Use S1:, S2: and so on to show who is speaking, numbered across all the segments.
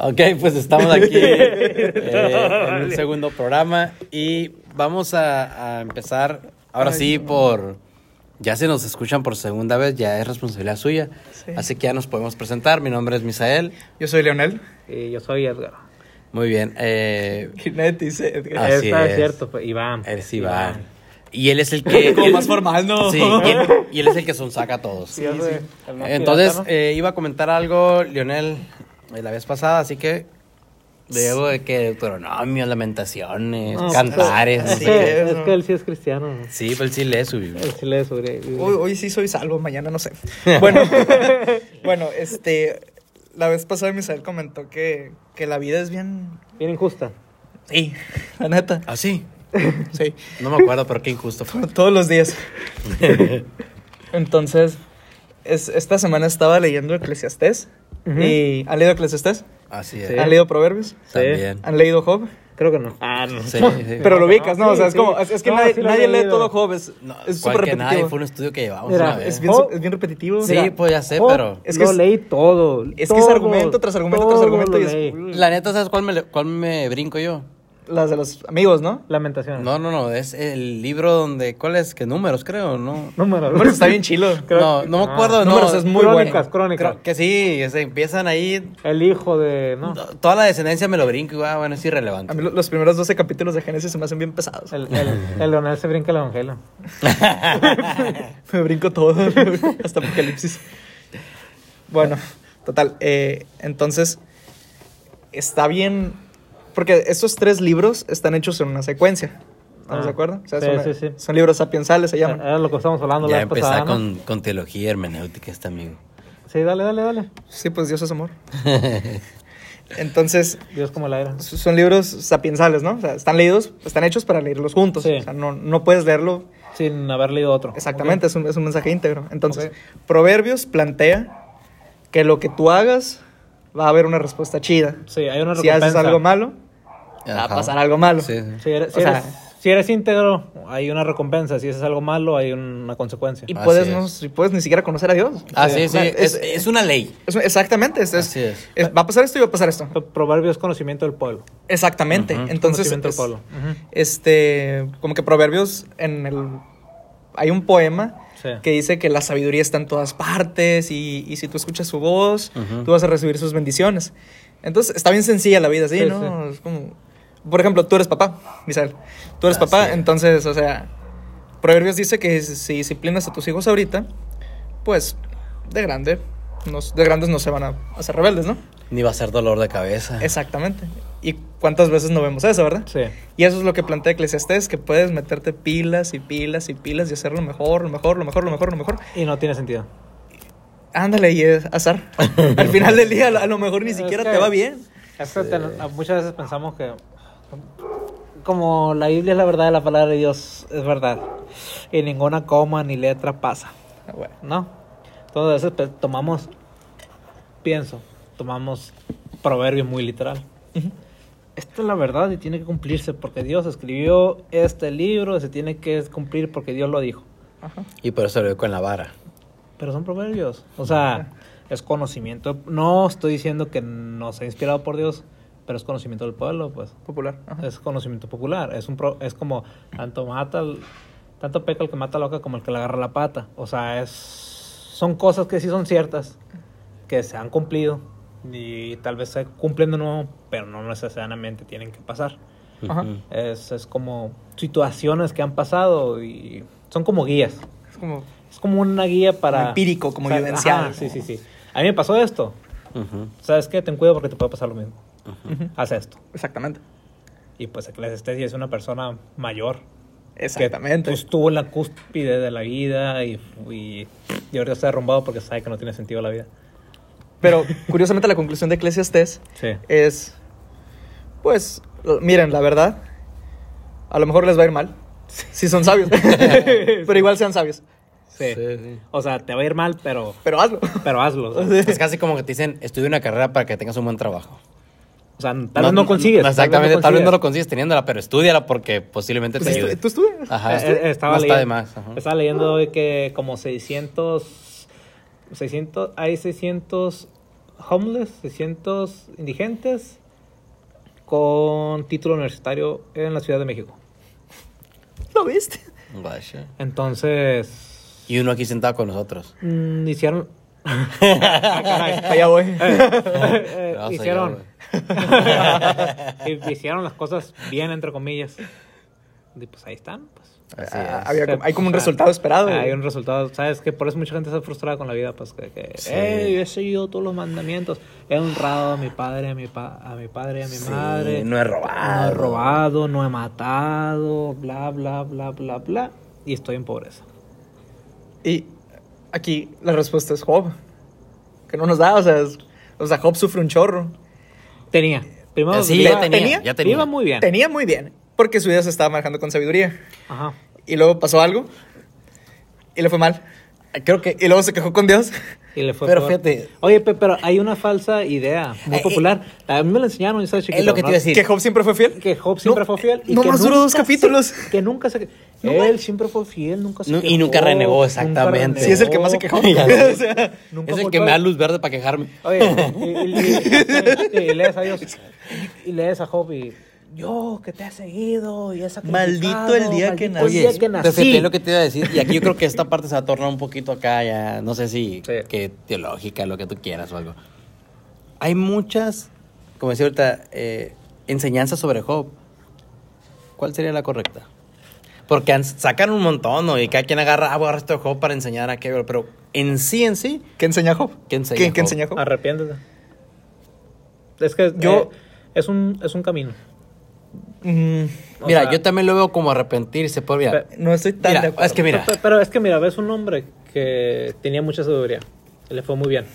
S1: Ok, pues estamos aquí eh, en un segundo programa y vamos a, a empezar ahora
S2: Ay,
S1: sí
S2: no.
S1: por... Ya se nos escuchan por segunda vez, ya es responsabilidad suya.
S2: Sí.
S1: Así que ya nos podemos presentar. Mi nombre es Misael.
S2: Yo soy Leonel.
S3: Y yo soy Edgar.
S1: Muy bien. eh,
S2: Que nadie te dice Edgar.
S1: Así
S3: Esta es.
S1: es.
S3: cierto, pues, Iván.
S1: él sí va. Y él es el que...
S2: Como más formal, ¿no?
S1: Sí, y él, y él es el que sonsaca a todos.
S3: Sí, sí.
S1: Entonces, eh, iba a comentar algo, Lionel, eh, la vez pasada, así que Diego de que Deuteronomio, Lamentaciones,
S3: No,
S1: Cantares. no
S3: es,
S1: sé
S2: sí.
S1: qué.
S3: que,
S2: es,
S3: es
S2: ¿no?
S3: que él sí es cristiano. ¿no?
S1: Sí, pero él sí lee su Biblia.
S3: Él sí le sobrevive.
S2: Hoy, hoy sí soy salvo, mañana no sé. Bueno, bueno, este, la vez pasada Misael comentó que, que la vida es bien...
S3: Bien injusta.
S2: Sí, la neta.
S1: Ah, sí.
S2: Sí,
S1: No me acuerdo, pero qué injusto fue.
S2: todos los días. Entonces, es- esta semana estaba leyendo Eclesiastés.
S3: Ujú.
S2: y, ¿Han leído Eclesiastés?
S1: Así es.
S3: Sí.
S2: ¿Han leído Proverbios?
S1: También.
S2: ¿Han leído Job?
S3: Creo que no. Ah, no.
S1: Sí, sí.
S2: Pero lo ubicas, ¿no?
S3: Sí,
S2: o sea, es
S3: sí.
S2: como, es, es que
S3: No,
S2: nadie,
S3: sí lo he
S2: nadie lee
S3: leído.
S2: todo Job, es
S1: No,
S2: es
S1: cual
S2: súper
S1: que nadie,
S2: repetitivo.
S1: fue un estudio que llevamos
S3: Mira,
S1: una vez.
S2: Es bien,
S3: Job-
S2: es bien repetitivo.
S1: Sí,
S2: Mira,
S1: pues ya sé,
S3: Job,
S1: pero...
S2: es que
S3: Es que lo
S2: es-
S3: leí todo.
S2: Es que es
S3: todo,
S2: argumento tras argumento
S3: todo
S2: tras argumento.
S3: lo
S2: Y es,
S3: leí.
S1: La neta, ¿sabes cuál me, le- cuál me brinco yo?
S2: las de los amigos, ¿no?
S3: Lamentaciones.
S1: No, no, no, es el libro donde... ¿Cuál es? ¿Qué números, creo? No,
S3: Número.
S2: Pero está bien chilo.
S3: Creo-
S1: no, no me
S3: Ah.
S1: acuerdo. no,
S2: Números es muy
S3: Crónicas,
S2: bueno.
S3: crónicas.
S1: Creo que sí, se empiezan ahí
S3: El hijo de. No.
S1: To- Toda la descendencia me lo brinco y ah, bueno, es irrelevante.
S2: A mí lo- los primeros 12 capítulos de Génesis se me hacen bien pesados.
S3: El, el, el Leonel se brinca el evangelio.
S2: Me brinco todo, hasta Apocalipsis. Bueno, total. eh, entonces, está bien. Porque estos tres libros están hechos en una secuencia. ¿Estamos
S3: Ah,
S2: de acuerdo? O sea,
S3: sí,
S2: son,
S3: sí, Ah, sí.
S2: son libros sapiensales, se llaman.
S3: Era lo que estábamos hablando
S1: ya
S3: la vez pasada.
S1: empezar
S3: ¿no?
S1: con, con teología hermenéutica este amigo.
S3: Sí, dale, dale, dale.
S2: Sí, pues Dios es amor. Entonces,
S3: Dios como el aire.
S2: son libros sapiensales, ¿no? O sea, están leídos, están hechos para leerlos juntos.
S3: Sí.
S2: O sea, no, no puedes leerlo
S3: Sin haber leído otro.
S2: Exactamente, es, un, es un mensaje íntegro. Entonces,
S3: Ok.
S2: Proverbios plantea que lo que tú hagas va a haber una respuesta chida.
S3: Sí, hay una
S2: Si haces
S3: recompensa.
S2: algo malo, va a
S1: Ajá.
S2: pasar algo malo.
S1: Sí, sí.
S3: Si eres,
S2: O
S3: si,
S2: sea-
S3: eres, si eres íntegro, hay una recompensa. Si haces algo malo, hay una consecuencia.
S2: Y
S1: Así
S2: puedes,
S1: es.
S2: no, si puedes ni siquiera conocer a Dios.
S1: Ah,
S2: O sea,
S1: sí, sí,
S2: es-
S1: es, es una ley.
S2: es- exactamente, es- es-
S1: Así es.
S2: es- va a pasar esto y va a pasar esto.
S3: Pro- Proverbio es conocimiento del pueblo.
S2: Exactamente.
S1: Ujú.
S2: Entonces,
S3: conocimiento
S2: es-
S3: del pueblo. Ujú.
S2: este, como que Proverbios en el... Hay un poema
S3: Sí.
S2: que dice que la sabiduría está en todas partes y, y si tú escuchas su voz,
S1: Ujú.
S2: tú vas a recibir sus bendiciones. Entonces, está bien sencilla la vida, ¿sí?
S3: Sí,
S2: ¿no? Es como... Por ejemplo, tú eres papá, Misael. Tú eres
S1: Así
S2: papá,
S1: es.
S2: entonces, o sea, Proverbios dice que si disciplinas a tus hijos ahorita, pues de grande, no- de grandes no se van a hacer rebeldes, ¿no?
S1: Ni va a ser dolor de cabeza.
S2: Exactamente. ¿Y cuántas veces no vemos eso, verdad?
S3: Sí.
S2: Y eso es lo que plantea Eclesiastés, que puedes meterte pilas y pilas y pilas y hacer lo mejor, lo mejor, lo mejor, lo mejor, lo mejor.
S3: Y no tiene sentido.
S2: Ándale, y es azar. Al final del día, a lo mejor ni
S3: Es
S2: siquiera
S3: que-
S2: te va bien.
S3: Es que ten- muchas veces pensamos que como la Biblia es la verdad de la palabra de Dios, es verdad. Y ninguna coma ni letra pasa,
S2: Ah, bueno.
S3: ¿no? Entonces a veces pe- tomamos, pienso, tomamos proverbio muy literal. Esta es la verdad y tiene que cumplirse porque Dios escribió este libro, se tiene que cumplir porque Dios lo dijo.
S2: Ajá.
S1: Y por eso lo veo con la vara.
S3: Pero son proverbios. O sea, es conocimiento. No estoy diciendo que no sea inspirado por Dios, pero es conocimiento del pueblo, pues.
S2: Popular. Ajá.
S3: Es conocimiento popular. Es, un pro- es como tanto mata, al- tanto peca el que mata loca como el que le agarra la pata. O sea, es, son cosas que sí son ciertas, que se han cumplido y tal vez se cumplen de nuevo, pero no necesariamente tienen que pasar.
S2: Ajá.
S1: Ujú.
S3: Es, es como situaciones que han pasado y son como guías.
S2: Es como...
S3: Es como una guía para.
S2: Empírico, como
S3: ajá,
S2: vivencial.
S3: sí, sí, sí. A mí me pasó esto.
S1: Ujú.
S3: ¿Sabes qué? Ten cuidado porque te puede pasar lo mismo.
S2: Ujú.
S3: Haz esto.
S2: Exactamente.
S3: Y pues Eclesiastes ya es una persona mayor.
S2: Exactamente.
S3: Que pues, estuvo en la cúspide de la vida y, y, y ahorita está derrumbado porque sabe que no tiene sentido la vida.
S2: Pero, curiosamente, la conclusión de Eclesiastés
S3: Sí.
S2: es... Pues, l- miren, la verdad, a lo mejor les va a ir mal. Si son sabios. pero igual sean sabios.
S3: Sí.
S1: Sí, sí.
S3: O sea, te va a ir mal, pero,
S2: Pero hazlo.
S3: pero hazlo. O sea,
S1: Es casi como que te dicen, estudia una carrera para que tengas un buen trabajo.
S3: o sea, tal vez no consigues.
S1: Exactamente, tal vez no lo
S3: consigues.
S1: consigues teniéndola, pero estudiala porque posiblemente
S2: Pues
S1: te
S2: estu-
S1: ayude.
S2: tú estudias.
S1: Ajá,
S3: Eh, eh, estaba
S1: no está
S3: leyendo-
S1: de más. ajá.
S3: Estaba leyendo hoy que como 600, 600, hay 600 homeless, 600 indigentes con título universitario en la Ciudad de México.
S2: ¿Lo viste?
S1: Vaya.
S3: Entonces,
S1: Y uno aquí sentado con nosotros.
S3: mm, hicieron... Ah, caray.
S2: Allá voy.
S3: Eh,
S1: No, soy yo,
S3: hicieron eh, hicieron las cosas bien entre comillas y pues ahí están pues
S1: Así
S2: Ah,
S1: es.
S2: había como- hay como un
S3: O sea,
S2: resultado esperado.
S3: hay
S2: güey.
S3: un resultado sabes que por eso mucha gente está frustrada con la vida pues que, que,
S1: Sí.
S3: "Ey, yo he seguido todos los mandamientos he honrado a mi padre a mi pa- a mi padre a mi
S1: Sí,
S3: madre
S1: no he
S3: no
S1: robado.
S3: he robado no he matado bla bla bla bla bla y estoy en pobreza
S2: Y aquí la respuesta es Job. Que no nos da, o sea, es- o sea Job sufre un chorro.
S3: tenía primero
S1: Sí,
S3: vivía-
S1: ya tenía,
S2: tenía?
S1: ya tenía.
S3: iba muy bien
S2: Tenía muy bien, porque su vida se estaba manejando con sabiduría.
S3: ajá
S2: Y luego pasó algo y le fue mal.
S1: Creo que...
S2: Y luego se quejó con Dios.
S3: Y le fue
S1: Pero
S3: peor.
S1: fíjate-
S3: Oye, pe- pero hay una falsa idea muy
S1: Eh,
S3: popular. A mí me la enseñaron, yo estaba chiquito.
S1: Es lo que te iba a
S3: ¿no?
S1: decir.
S2: Que Job siempre fue fiel.
S3: Que Job siempre
S2: No,
S3: fue fiel.
S2: no
S3: que
S2: más duró dos
S3: nunca
S2: capítulos.
S3: se- que nunca se.
S2: No
S3: él
S2: más.
S3: siempre fue fiel, nunca se.
S1: Nu- y
S3: quejó,
S1: nunca renegó,
S3: nunca
S1: exactamente.
S2: Si sí, es el que más se quejó. O sea,
S3: Nunca
S1: Es el
S3: culpó
S1: que
S3: a-
S1: me da luz verde para quejarme.
S3: Oye, y, y- y- y lees a Dios. Y lees a Job y. Yo que te he seguido y esa
S2: Maldito el día que nací.
S1: Oye,
S3: que
S1: te
S3: nací.
S1: fíjate lo que te iba a decir. Y aquí yo creo que esta parte se va a tornar un poquito acá ya, no sé si
S3: Sí.
S1: que teológica, lo que tú quieras o algo. Hay muchas, como decía ahorita, eh, enseñanzas sobre Job. ¿Cuál sería la correcta? Porque han- sacan un montón, ¿no? Y cada quien agarra, ah, voy a agarrar esto de Job para enseñar a qué, pero en sí, en sí,
S2: ¿Qué enseña Job?
S1: ¿Qué enseña
S2: ¿Qué,
S1: Job?
S2: qué enseña Job?
S3: Arrepiéntete. Es que yo.
S2: Yo-
S3: es, un, es un camino.
S2: Mm,
S3: O
S1: mira,
S3: sea-
S1: yo también lo veo como arrepentirse, por mira,
S3: Pe-
S2: no estoy tan
S1: mira,
S2: de acuerdo.
S1: es que mira,
S3: Pe- Pero es que mira, ves un hombre que tenía mucha sabiduría. Le fue muy bien.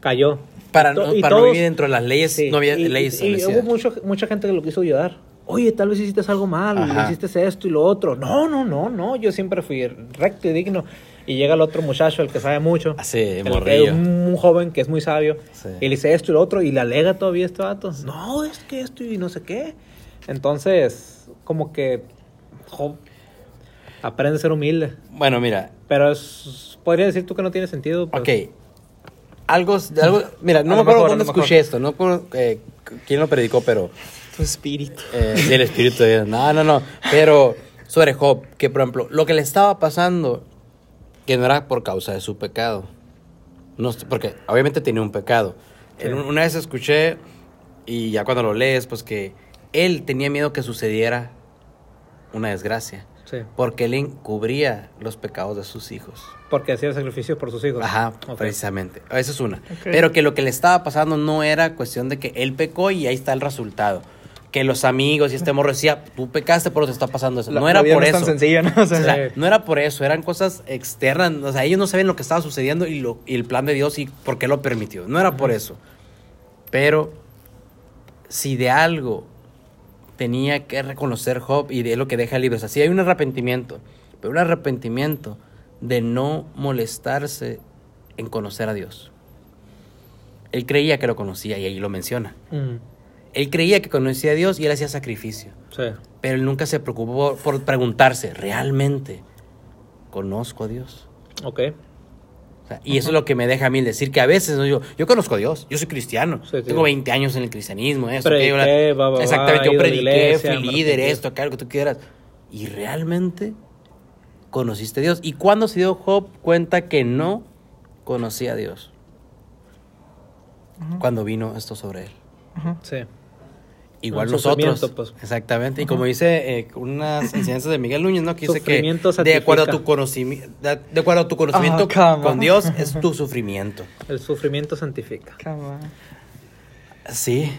S3: Cayó.
S1: para,
S3: Y to-
S1: no,
S3: y
S1: para no
S3: todos-
S1: vivir dentro de las leyes,
S3: Sí,
S1: no había
S3: y-
S1: leyes.
S3: Y, y hubo
S1: establecidas.
S3: mucho- mucha gente que lo quiso ayudar. Oye, tal vez hiciste algo mal,
S1: Ajá.
S3: hiciste esto y lo otro. No, no, no, no. Yo siempre fui recto y digno. Y llega el otro muchacho, el que sabe mucho.
S1: Ah, sí,
S3: el que-
S1: morrillo.
S3: un, un joven que es muy sabio.
S1: Sí.
S3: Y le dice esto y lo otro. Y le alega todavía a este vato. No, es que esto y no sé qué. Entonces, como que. jo, aprende a ser humilde.
S1: Bueno, mira,
S3: Pero es- podría decir tú que no tiene sentido. pues.
S1: Ok. Algo, algo, mira, no me
S2: A lo
S1: acuerdo
S2: mejor, a
S1: dónde
S2: lo mejor.
S1: escuché esto, no me acuerdo, eh, quién lo predicó, pero
S2: Tu espíritu.
S1: eh, sí, el espíritu de Dios. No, no, no. Pero sobre Job, que por ejemplo, lo que le estaba pasando, que no era por causa de su pecado. No, est- porque obviamente tenía un pecado. En un- una vez escuché, y ya cuando lo lees, pues que él tenía miedo que sucediera una desgracia.
S3: Sí.
S1: Porque él encubría los pecados de sus hijos.
S3: Porque hacía sacrificios por sus hijos.
S1: Ajá,
S3: Ok.
S1: precisamente. Esa es una. Pero que lo que le estaba pasando no era cuestión de que él pecó y ahí está el resultado. Que los amigos y este morro decía, tú pecaste, por eso te está pasando eso.
S2: La-
S1: no
S2: la
S1: era
S2: vida
S1: por
S2: no
S1: eso.
S2: Es tan sencilla, ¿no? O sea,
S1: O sea,
S3: Sí.
S1: no era por eso, eran cosas externas. O sea, ellos no sabían lo que estaba sucediendo y, lo, y el plan de Dios y por qué lo permitió. No era por eso. Pero si de algo tenía que reconocer Job y de lo que deja libre. O sea, sí hay un arrepentimiento, pero un arrepentimiento de no molestarse en conocer a Dios. Él creía que lo conocía y ahí lo menciona.
S3: Mm,
S1: Él creía que conocía a Dios y él hacía sacrificio.
S3: sí.
S1: Pero él nunca se preocupó por preguntarse, ¿realmente conozco a Dios?
S3: Ok.
S1: O sea, y eso es lo que me deja a mí decir que a veces ¿no? yo, yo conozco a Dios, yo soy cristiano,
S3: Sí, sí.
S1: tengo 20 años en el cristianismo, ¿eh? esto,
S3: Prediqué,
S1: aquello,
S3: va, va, va,
S1: exactamente,
S3: he
S1: yo
S3: ido a la
S1: prediqué,
S3: iglesia,
S1: fui
S3: me
S1: líder,
S3: arrepentí.
S1: esto, acá, lo que tú quieras. ¿Y realmente conociste a Dios? ¿Y cuándo se dio Job cuenta que no conocía a Dios? Cuando vino esto sobre él.
S3: Sí.
S1: Igual
S3: Un
S1: nosotros.
S3: sufrimiento, pues.
S1: Exactamente. Y como dice eh, unas enseñanzas de Miguel Núñez, ¿no? Que dice que
S3: Sufrimiento Oh,
S1: de acuerdo a
S3: santifica.
S1: tu conocimiento, de acuerdo a tu conocimiento
S2: Ah, come
S1: con
S2: on.
S1: Dios es tu sufrimiento.
S3: El sufrimiento santifica.
S2: cama.
S1: Sí.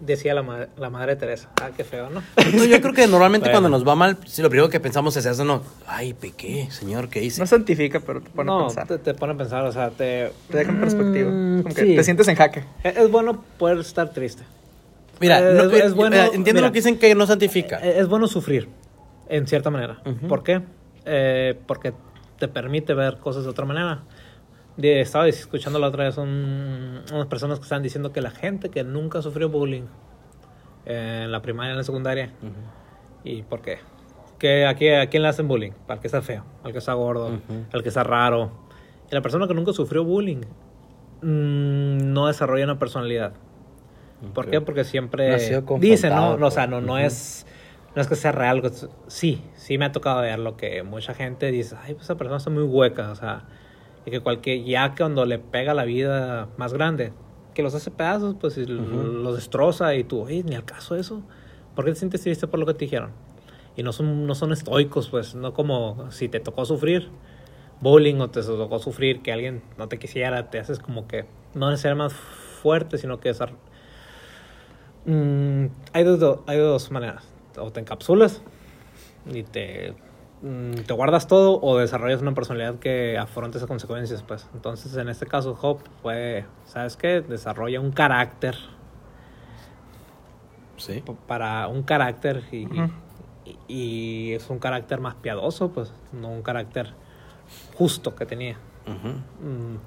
S3: Decía la, ma- la madre Teresa. Ah, qué feo, ¿no?
S1: No, yo creo que normalmente
S3: Bueno.
S1: cuando nos va mal, sí, lo primero que pensamos es eso, no. Ay, pequé, señor, ¿qué hice?
S2: No santifica, pero te pone a
S3: No,
S2: pensar.
S3: te, te pone a pensar, o sea, te...
S2: Te deja en perspectiva.
S3: Mm,
S2: Como que
S3: sí.
S2: te sientes en jaque.
S3: e-, Es, es bueno poder estar triste.
S1: Mira,
S3: Eh,
S1: no-
S3: es- es
S1: eh,
S3: bueno-
S1: mira, entiendo
S3: mira.
S1: lo que dicen que no santifica.
S3: Eh, Es bueno sufrir, en cierta manera.
S1: Ujú.
S3: ¿Por qué? Eh, porque te permite ver cosas de otra manera. De- estaba escuchando la otra vez un- unas personas que estaban diciendo que la gente que nunca sufrió bullying eh, en la primaria, en la secundaria,
S1: Ujú.
S3: ¿Y por qué? ¿Qué- a, qué- a quién le hacen bullying? Al que está feo, al que está gordo,
S1: Ujú.
S3: al que está raro. Y la persona que nunca sufrió bullying mm, no desarrolla una personalidad. ¿Por
S1: Ok.
S3: qué? Porque siempre
S4: No ha sido confrontado
S3: dicen, ¿no?
S4: con-
S3: O sea, no, no es no es que sea real. es- Sí, sí me ha tocado ver lo que mucha gente dice, ay, pues esa persona está muy hueca, o sea, y que cualquier, ya que cuando le pega la vida más grande, que los hace pedazos, pues y l- los destroza y tú, oye, ni al caso de eso, ¿por qué te sientes triste por lo que te dijeron? Y no son, no son estoicos, pues, no como si te tocó sufrir bullying o te tocó sufrir que alguien no te quisiera, te haces como que no necesariamente más fuerte, sino que desarrollas Mm, hay, dos- dos, hay dos maneras. O te encapsulas y te, mm, te guardas todo o desarrollas una personalidad que afronte esas consecuencias. Pues. Entonces, en este caso, Job puede, ¿sabes qué? Desarrolla un carácter
S1: Sí.
S3: p- para un carácter y,
S2: Ujú.
S3: y- y es un carácter más piadoso, pues, no un carácter justo que tenía.
S1: Ujú.
S3: Mm,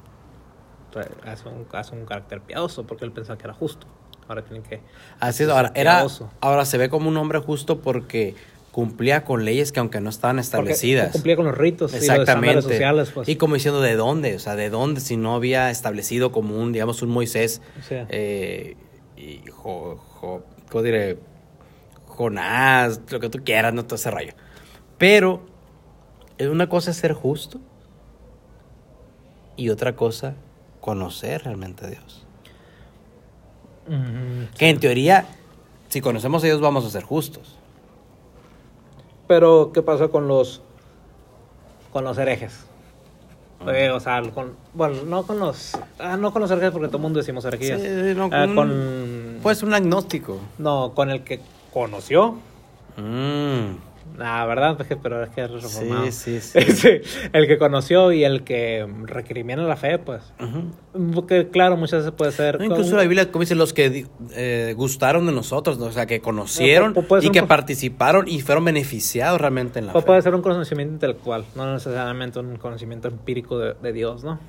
S3: re- hace, un, hace un carácter piadoso porque él pensaba que era justo. Ahora tiene que...
S1: Así es, ahora, era,
S3: Piadoso.
S1: ahora se ve como un hombre justo porque cumplía con leyes que aunque no estaban
S3: Porque
S1: establecidas.
S3: Cumplía con los ritos y los
S1: Exactamente.
S3: estándares sociales, pues.
S1: Y como diciendo de dónde, o sea, de dónde si no había establecido como un, digamos, un Moisés,
S3: O sea.
S1: eh, y jo, jo- ¿cómo diré? Jonás, lo que tú quieras, no todo ese rayo. Pero eh, una cosa es ser justo y otra cosa conocer realmente a Dios. Que en teoría, si conocemos a Dios vamos a ser justos.
S3: Pero, ¿qué pasa con los con los herejes?
S1: Ah.
S3: Eh, o sea, con, bueno, no con los ah, no con los herejes porque todo el mundo decimos herejías.
S1: Sí, no,
S3: Ah,
S1: con-
S3: con
S1: Pues un agnóstico.
S3: no, con el que conoció.
S1: Mm,
S3: La verdad, Pues que- pero es que es reformado.
S1: sí, sí, sí.
S3: Sí, el que conoció y el que recrimina la fe, pues.
S1: Ujú.
S3: Porque, claro, muchas veces puede ser.
S1: Ah. No, incluso
S3: con-
S1: la Biblia, como dice, los que di- eh, gustaron de nosotros, ¿no? o sea, que conocieron
S3: Pu- puede ser
S1: y
S3: un
S1: que
S3: co-
S1: participaron y fueron beneficiados realmente en la
S3: O
S1: fe.
S3: puede ser un conocimiento intelectual, no necesariamente un conocimiento empírico de, de Dios, ¿no?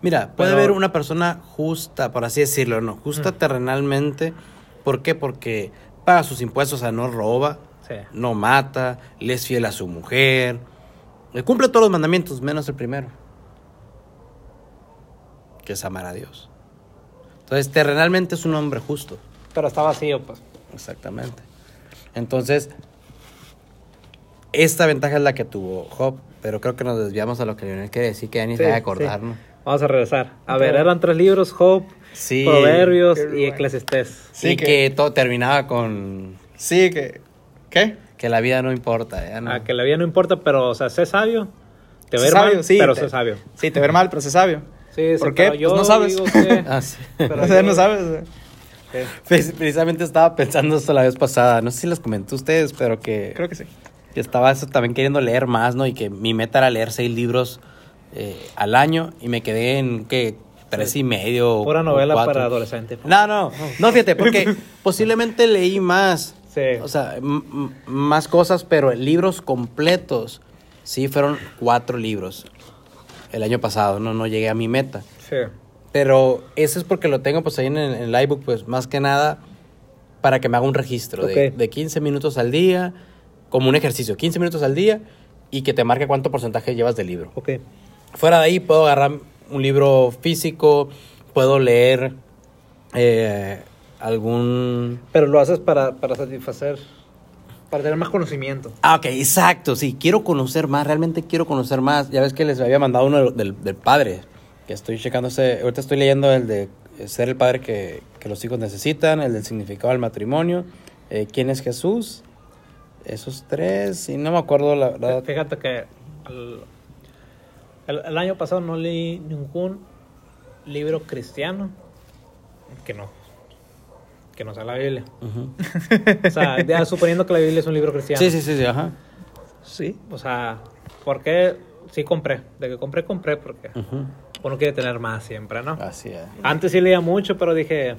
S1: Mira, puede
S3: pero- Mm.
S1: haber una persona justa, por así decirlo, ¿no? Justa terrenalmente. ¿Por qué? Porque paga sus impuestos, o sea, no roba,
S3: Sí.
S1: no mata, le es fiel a su mujer, eh, cumple todos los mandamientos, menos el primero, que es amar a Dios. Entonces, terrenalmente es un hombre justo.
S3: Pero está vacío, pues.
S1: Exactamente. Entonces, esta ventaja es la que tuvo Job, pero creo que nos desviamos a lo que Leonel quiere decir, que ya ni se
S3: Sí,
S1: va a acordar,
S3: sí.
S1: ¿no?
S3: Vamos a regresar. A ver,
S2: Entonces-
S3: eran tres libros, Job,
S1: Sí.
S3: Proverbios
S2: Qué
S3: y
S2: bueno.
S3: Eclesiastés.
S2: Sí,
S1: y que...
S2: que-
S1: todo terminaba con
S2: Sí, que. ¿Qué?
S1: que la vida no importa, ya Ah, no.
S3: A que la vida no importa, pero, o sea, sé sabio. Te
S2: Sé
S3: ver
S2: sabio,
S3: mal,
S2: sí,
S3: pero
S2: te-
S3: sé sabio.
S2: Sí, te ver mal, pero se sabio.
S3: Sí, sí,
S2: ¿Por qué?
S3: pero yo
S2: Pues no sabes.
S3: digo que-
S1: Ah, sí.
S3: pero
S2: o sea,
S3: yo-
S2: no sabes.
S3: que-
S1: Pre- Precisamente estaba pensando esto la vez pasada, no sé si les comenté a ustedes, pero que,
S2: Creo que sí.
S1: que estaba eso también queriendo leer más, ¿no? Y que mi meta era leer seis libros eh, al año y me quedé en que tres y medio. o-
S3: Pura
S1: o
S3: novela
S1: cuatro.
S3: para adolescente. pues.
S1: No, no, no, fíjate, porque posiblemente leí más,
S3: Sí.
S1: o sea, m- m- más cosas, pero libros completos, sí, fueron cuatro libros el año pasado, no, no llegué a mi meta.
S3: Sí.
S1: Pero eso es porque lo tengo pues ahí en el, en el iBook, pues más que nada para que me haga un registro de-
S3: Ok.
S1: de, 15 minutos al día, como un ejercicio, 15 minutos al día y que te marque cuánto porcentaje llevas del libro.
S3: Ok.
S1: Fuera de ahí puedo agarrar un libro físico, puedo leer eh, algún...
S3: Pero lo haces para, para satisfacer, para tener más conocimiento.
S1: Ah, ok, exacto, sí, quiero conocer más, realmente quiero conocer más. Ya ves que les había mandado uno del, del- del padre, que estoy checando ese, ahorita estoy leyendo el de eh, ser el padre que, que los hijos necesitan, el del significado del matrimonio, eh, quién es Jesús, esos tres, y no me acuerdo la verdad.
S3: Fíjate que el, el- el año pasado no leí ningún libro cristiano que no que no sea la Biblia.
S1: Ujú.
S3: O sea, ya suponiendo que la Biblia es un libro cristiano.
S1: Sí, sí, sí, sí, ajá.
S3: Sí. O sea, porque sí compré, de que compré compré porque
S1: Ujú. Ah.
S3: uno quiere tener más siempre, ¿no?
S1: Así es.
S3: Antes sí leía mucho, pero dije eh,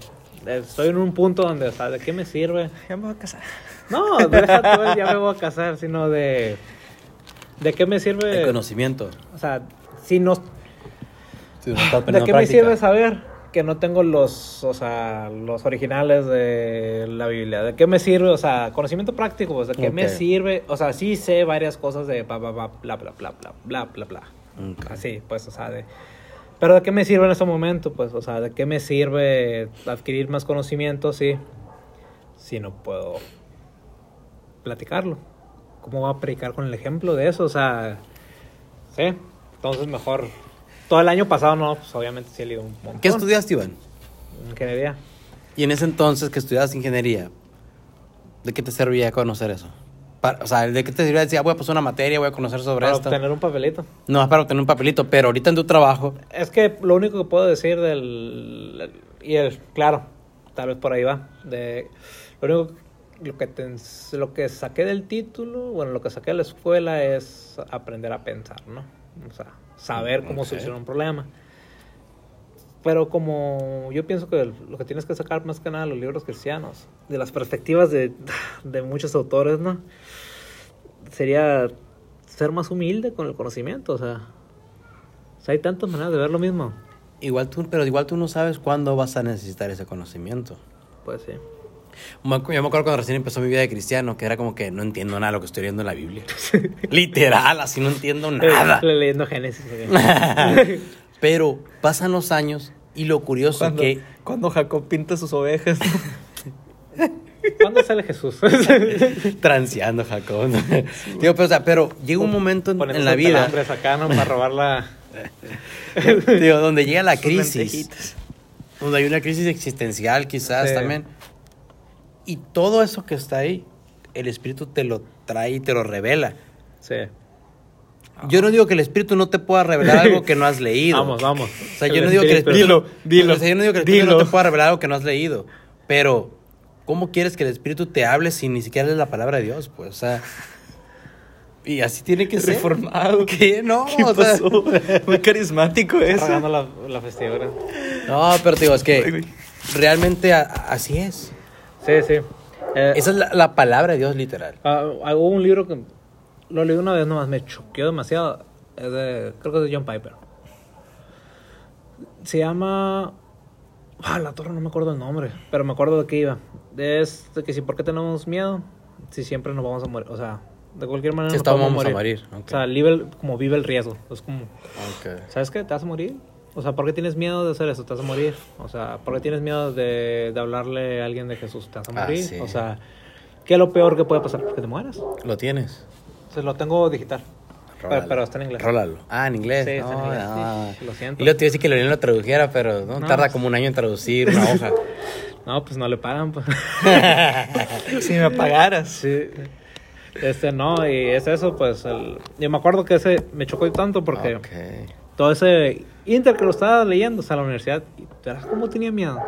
S3: estoy en un punto donde, o sea, ¿de qué me sirve?
S2: Ya me voy a casar.
S3: No, deja tú el ya me voy a casar, sino de ¿de qué me sirve?
S1: El conocimiento.
S3: O sea, si no...
S1: si no estás
S3: Ah, ¿De
S1: poniendo
S3: qué me
S1: práctica.
S3: sirve saber que no tengo los, o sea, los originales de la Biblia? ¿De qué me sirve, o sea, conocimiento práctico? pues, ¿De qué me
S1: Ok.
S3: sirve? O sea, sí sé varias cosas de bla, bla, bla, bla, bla, bla, bla, bla, bla.
S1: Ok.
S3: Así, pues, o sea, de... Pero ¿de qué me sirve en ese momento? Pues, o sea, ¿de qué me sirve adquirir más conocimiento si, si no puedo platicarlo? ¿Cómo va a predicar con el ejemplo de eso? O sea, sí, entonces mejor. Todo el año pasado no, pues obviamente sí he leído un montón.
S1: ¿Qué estudiaste, Iván?
S3: Ingeniería.
S1: Y en ese entonces que estudiabas ingeniería, ¿de qué te servía conocer eso? Para- o sea, ¿de qué te servía decir, ah, voy a pasar una materia, voy a conocer sobre
S3: Para
S1: esto?
S3: obtener un papelito.
S1: No, es para obtener un papelito, pero ahorita en tu trabajo,
S3: Es que lo único que puedo decir del. Y el, claro, tal vez por ahí va. De, lo único lo que, te ens- lo que saqué del título, bueno, lo que saqué de la escuela es aprender a pensar, ¿no? O sea, saber cómo
S1: Ok.
S3: solucionar un problema. Pero como yo pienso que el- lo que tienes que sacar más que nada de los libros cristianos, de las perspectivas de, de muchos autores, ¿no? Sería ser más humilde con el conocimiento, o sea. O sea, hay tantas maneras de ver lo mismo.
S1: igual tú, pero igual tú no sabes cuándo vas a necesitar ese conocimiento.
S3: Pues sí.
S1: Me acu- Yo me acuerdo cuando recién empezó mi vida de cristiano, que era como que no entiendo nada de lo que estoy leyendo en la Biblia. Literal, así no entiendo nada.
S3: Le- leyendo Génesis.
S1: Pero pasan los años y lo curioso
S2: Cuando,
S1: que
S2: cuando Jacob pinta sus ovejas.
S3: ¿Cuándo sale Jesús?
S1: transeando Jacob. ¿no? Digo, pero, o sea, pero llega un momento en,
S3: Ponemos
S1: en la
S3: los
S1: vida
S3: pelambres acá, ¿no? Para robar la...
S1: digo, donde llega la
S2: sus
S1: crisis,
S2: lentejitas.
S1: donde hay una crisis existencial quizás
S3: Sí.
S1: también. Y todo eso que está ahí, el espíritu te lo trae y te lo revela.
S3: Sí.
S1: Yo no digo que el espíritu no te pueda revelar algo que no has leído.
S3: Ah. Vamos, vamos.
S1: O sea, yo no digo que el
S3: Espíritu.
S1: espíritu.
S2: dilo,
S1: O sea, yo no digo que el espíritu no
S2: dilo.
S1: te pueda revelar algo que no has leído. Pero, ¿cómo quieres que el espíritu te hable si ni siquiera lees la palabra de Dios? Pues, o sea. Y así tiene que ser.
S2: Reformado.
S1: ¿Qué? No,
S2: ¿Qué
S1: o sea,
S2: pasó? Muy carismático
S3: Tragando
S2: eso.
S3: la, la festividad.
S1: No, pero te digo, es
S2: Ay,
S1: que
S2: güey.
S1: realmente a- a- así es.
S3: Sí, sí. Eh,
S1: Esa es la, la palabra de Dios literal.
S3: ah, hubo un libro que lo leí una vez nomás, me choqueó demasiado. Es de- creo que es de John Piper. Se llama... Ah, la torre no me acuerdo el nombre, pero me acuerdo de qué iba. Es de que si por qué tenemos miedo, si siempre nos vamos a morir. O sea, de cualquier manera
S1: Si
S3: nos
S1: estamos,
S3: podemos
S1: vamos a morir, ok.
S3: O sea, vive el- como vive el riesgo. Es como, ¿sabes qué? ¿Te vas a morir? O sea, ¿por qué tienes miedo de hacer eso? ¿Te vas a morir? O sea, ¿por qué tienes miedo de, de hablarle a alguien de Jesús? ¿Te vas a
S1: Ah,
S3: morir?
S1: sí.
S3: O sea, ¿qué es lo peor que puede pasar? Que te mueras.
S1: ¿Lo tienes?
S3: Se lo tengo digital. Pero,
S1: Rólalo.
S3: pero está en inglés.
S1: Rólalo. Ah, en inglés.
S3: Sí,
S1: no,
S3: está en inglés,
S1: no.
S3: sí. Lo siento.
S1: Y luego te iba a decir que Lorena lo tradujera, pero no,
S3: No,
S1: tarda
S3: pues-
S1: como un año en traducir una hoja.
S3: No, pues no le pagan. pues.
S2: Si me pagaras.
S3: Sí. Este, no, y es eso, pues. El... Yo me acuerdo que ese me chocó tanto porque
S1: Ah, Ok.
S3: todo ese Inter que lo estaba leyendo, o sea, la universidad, y verás cómo tenía miedo.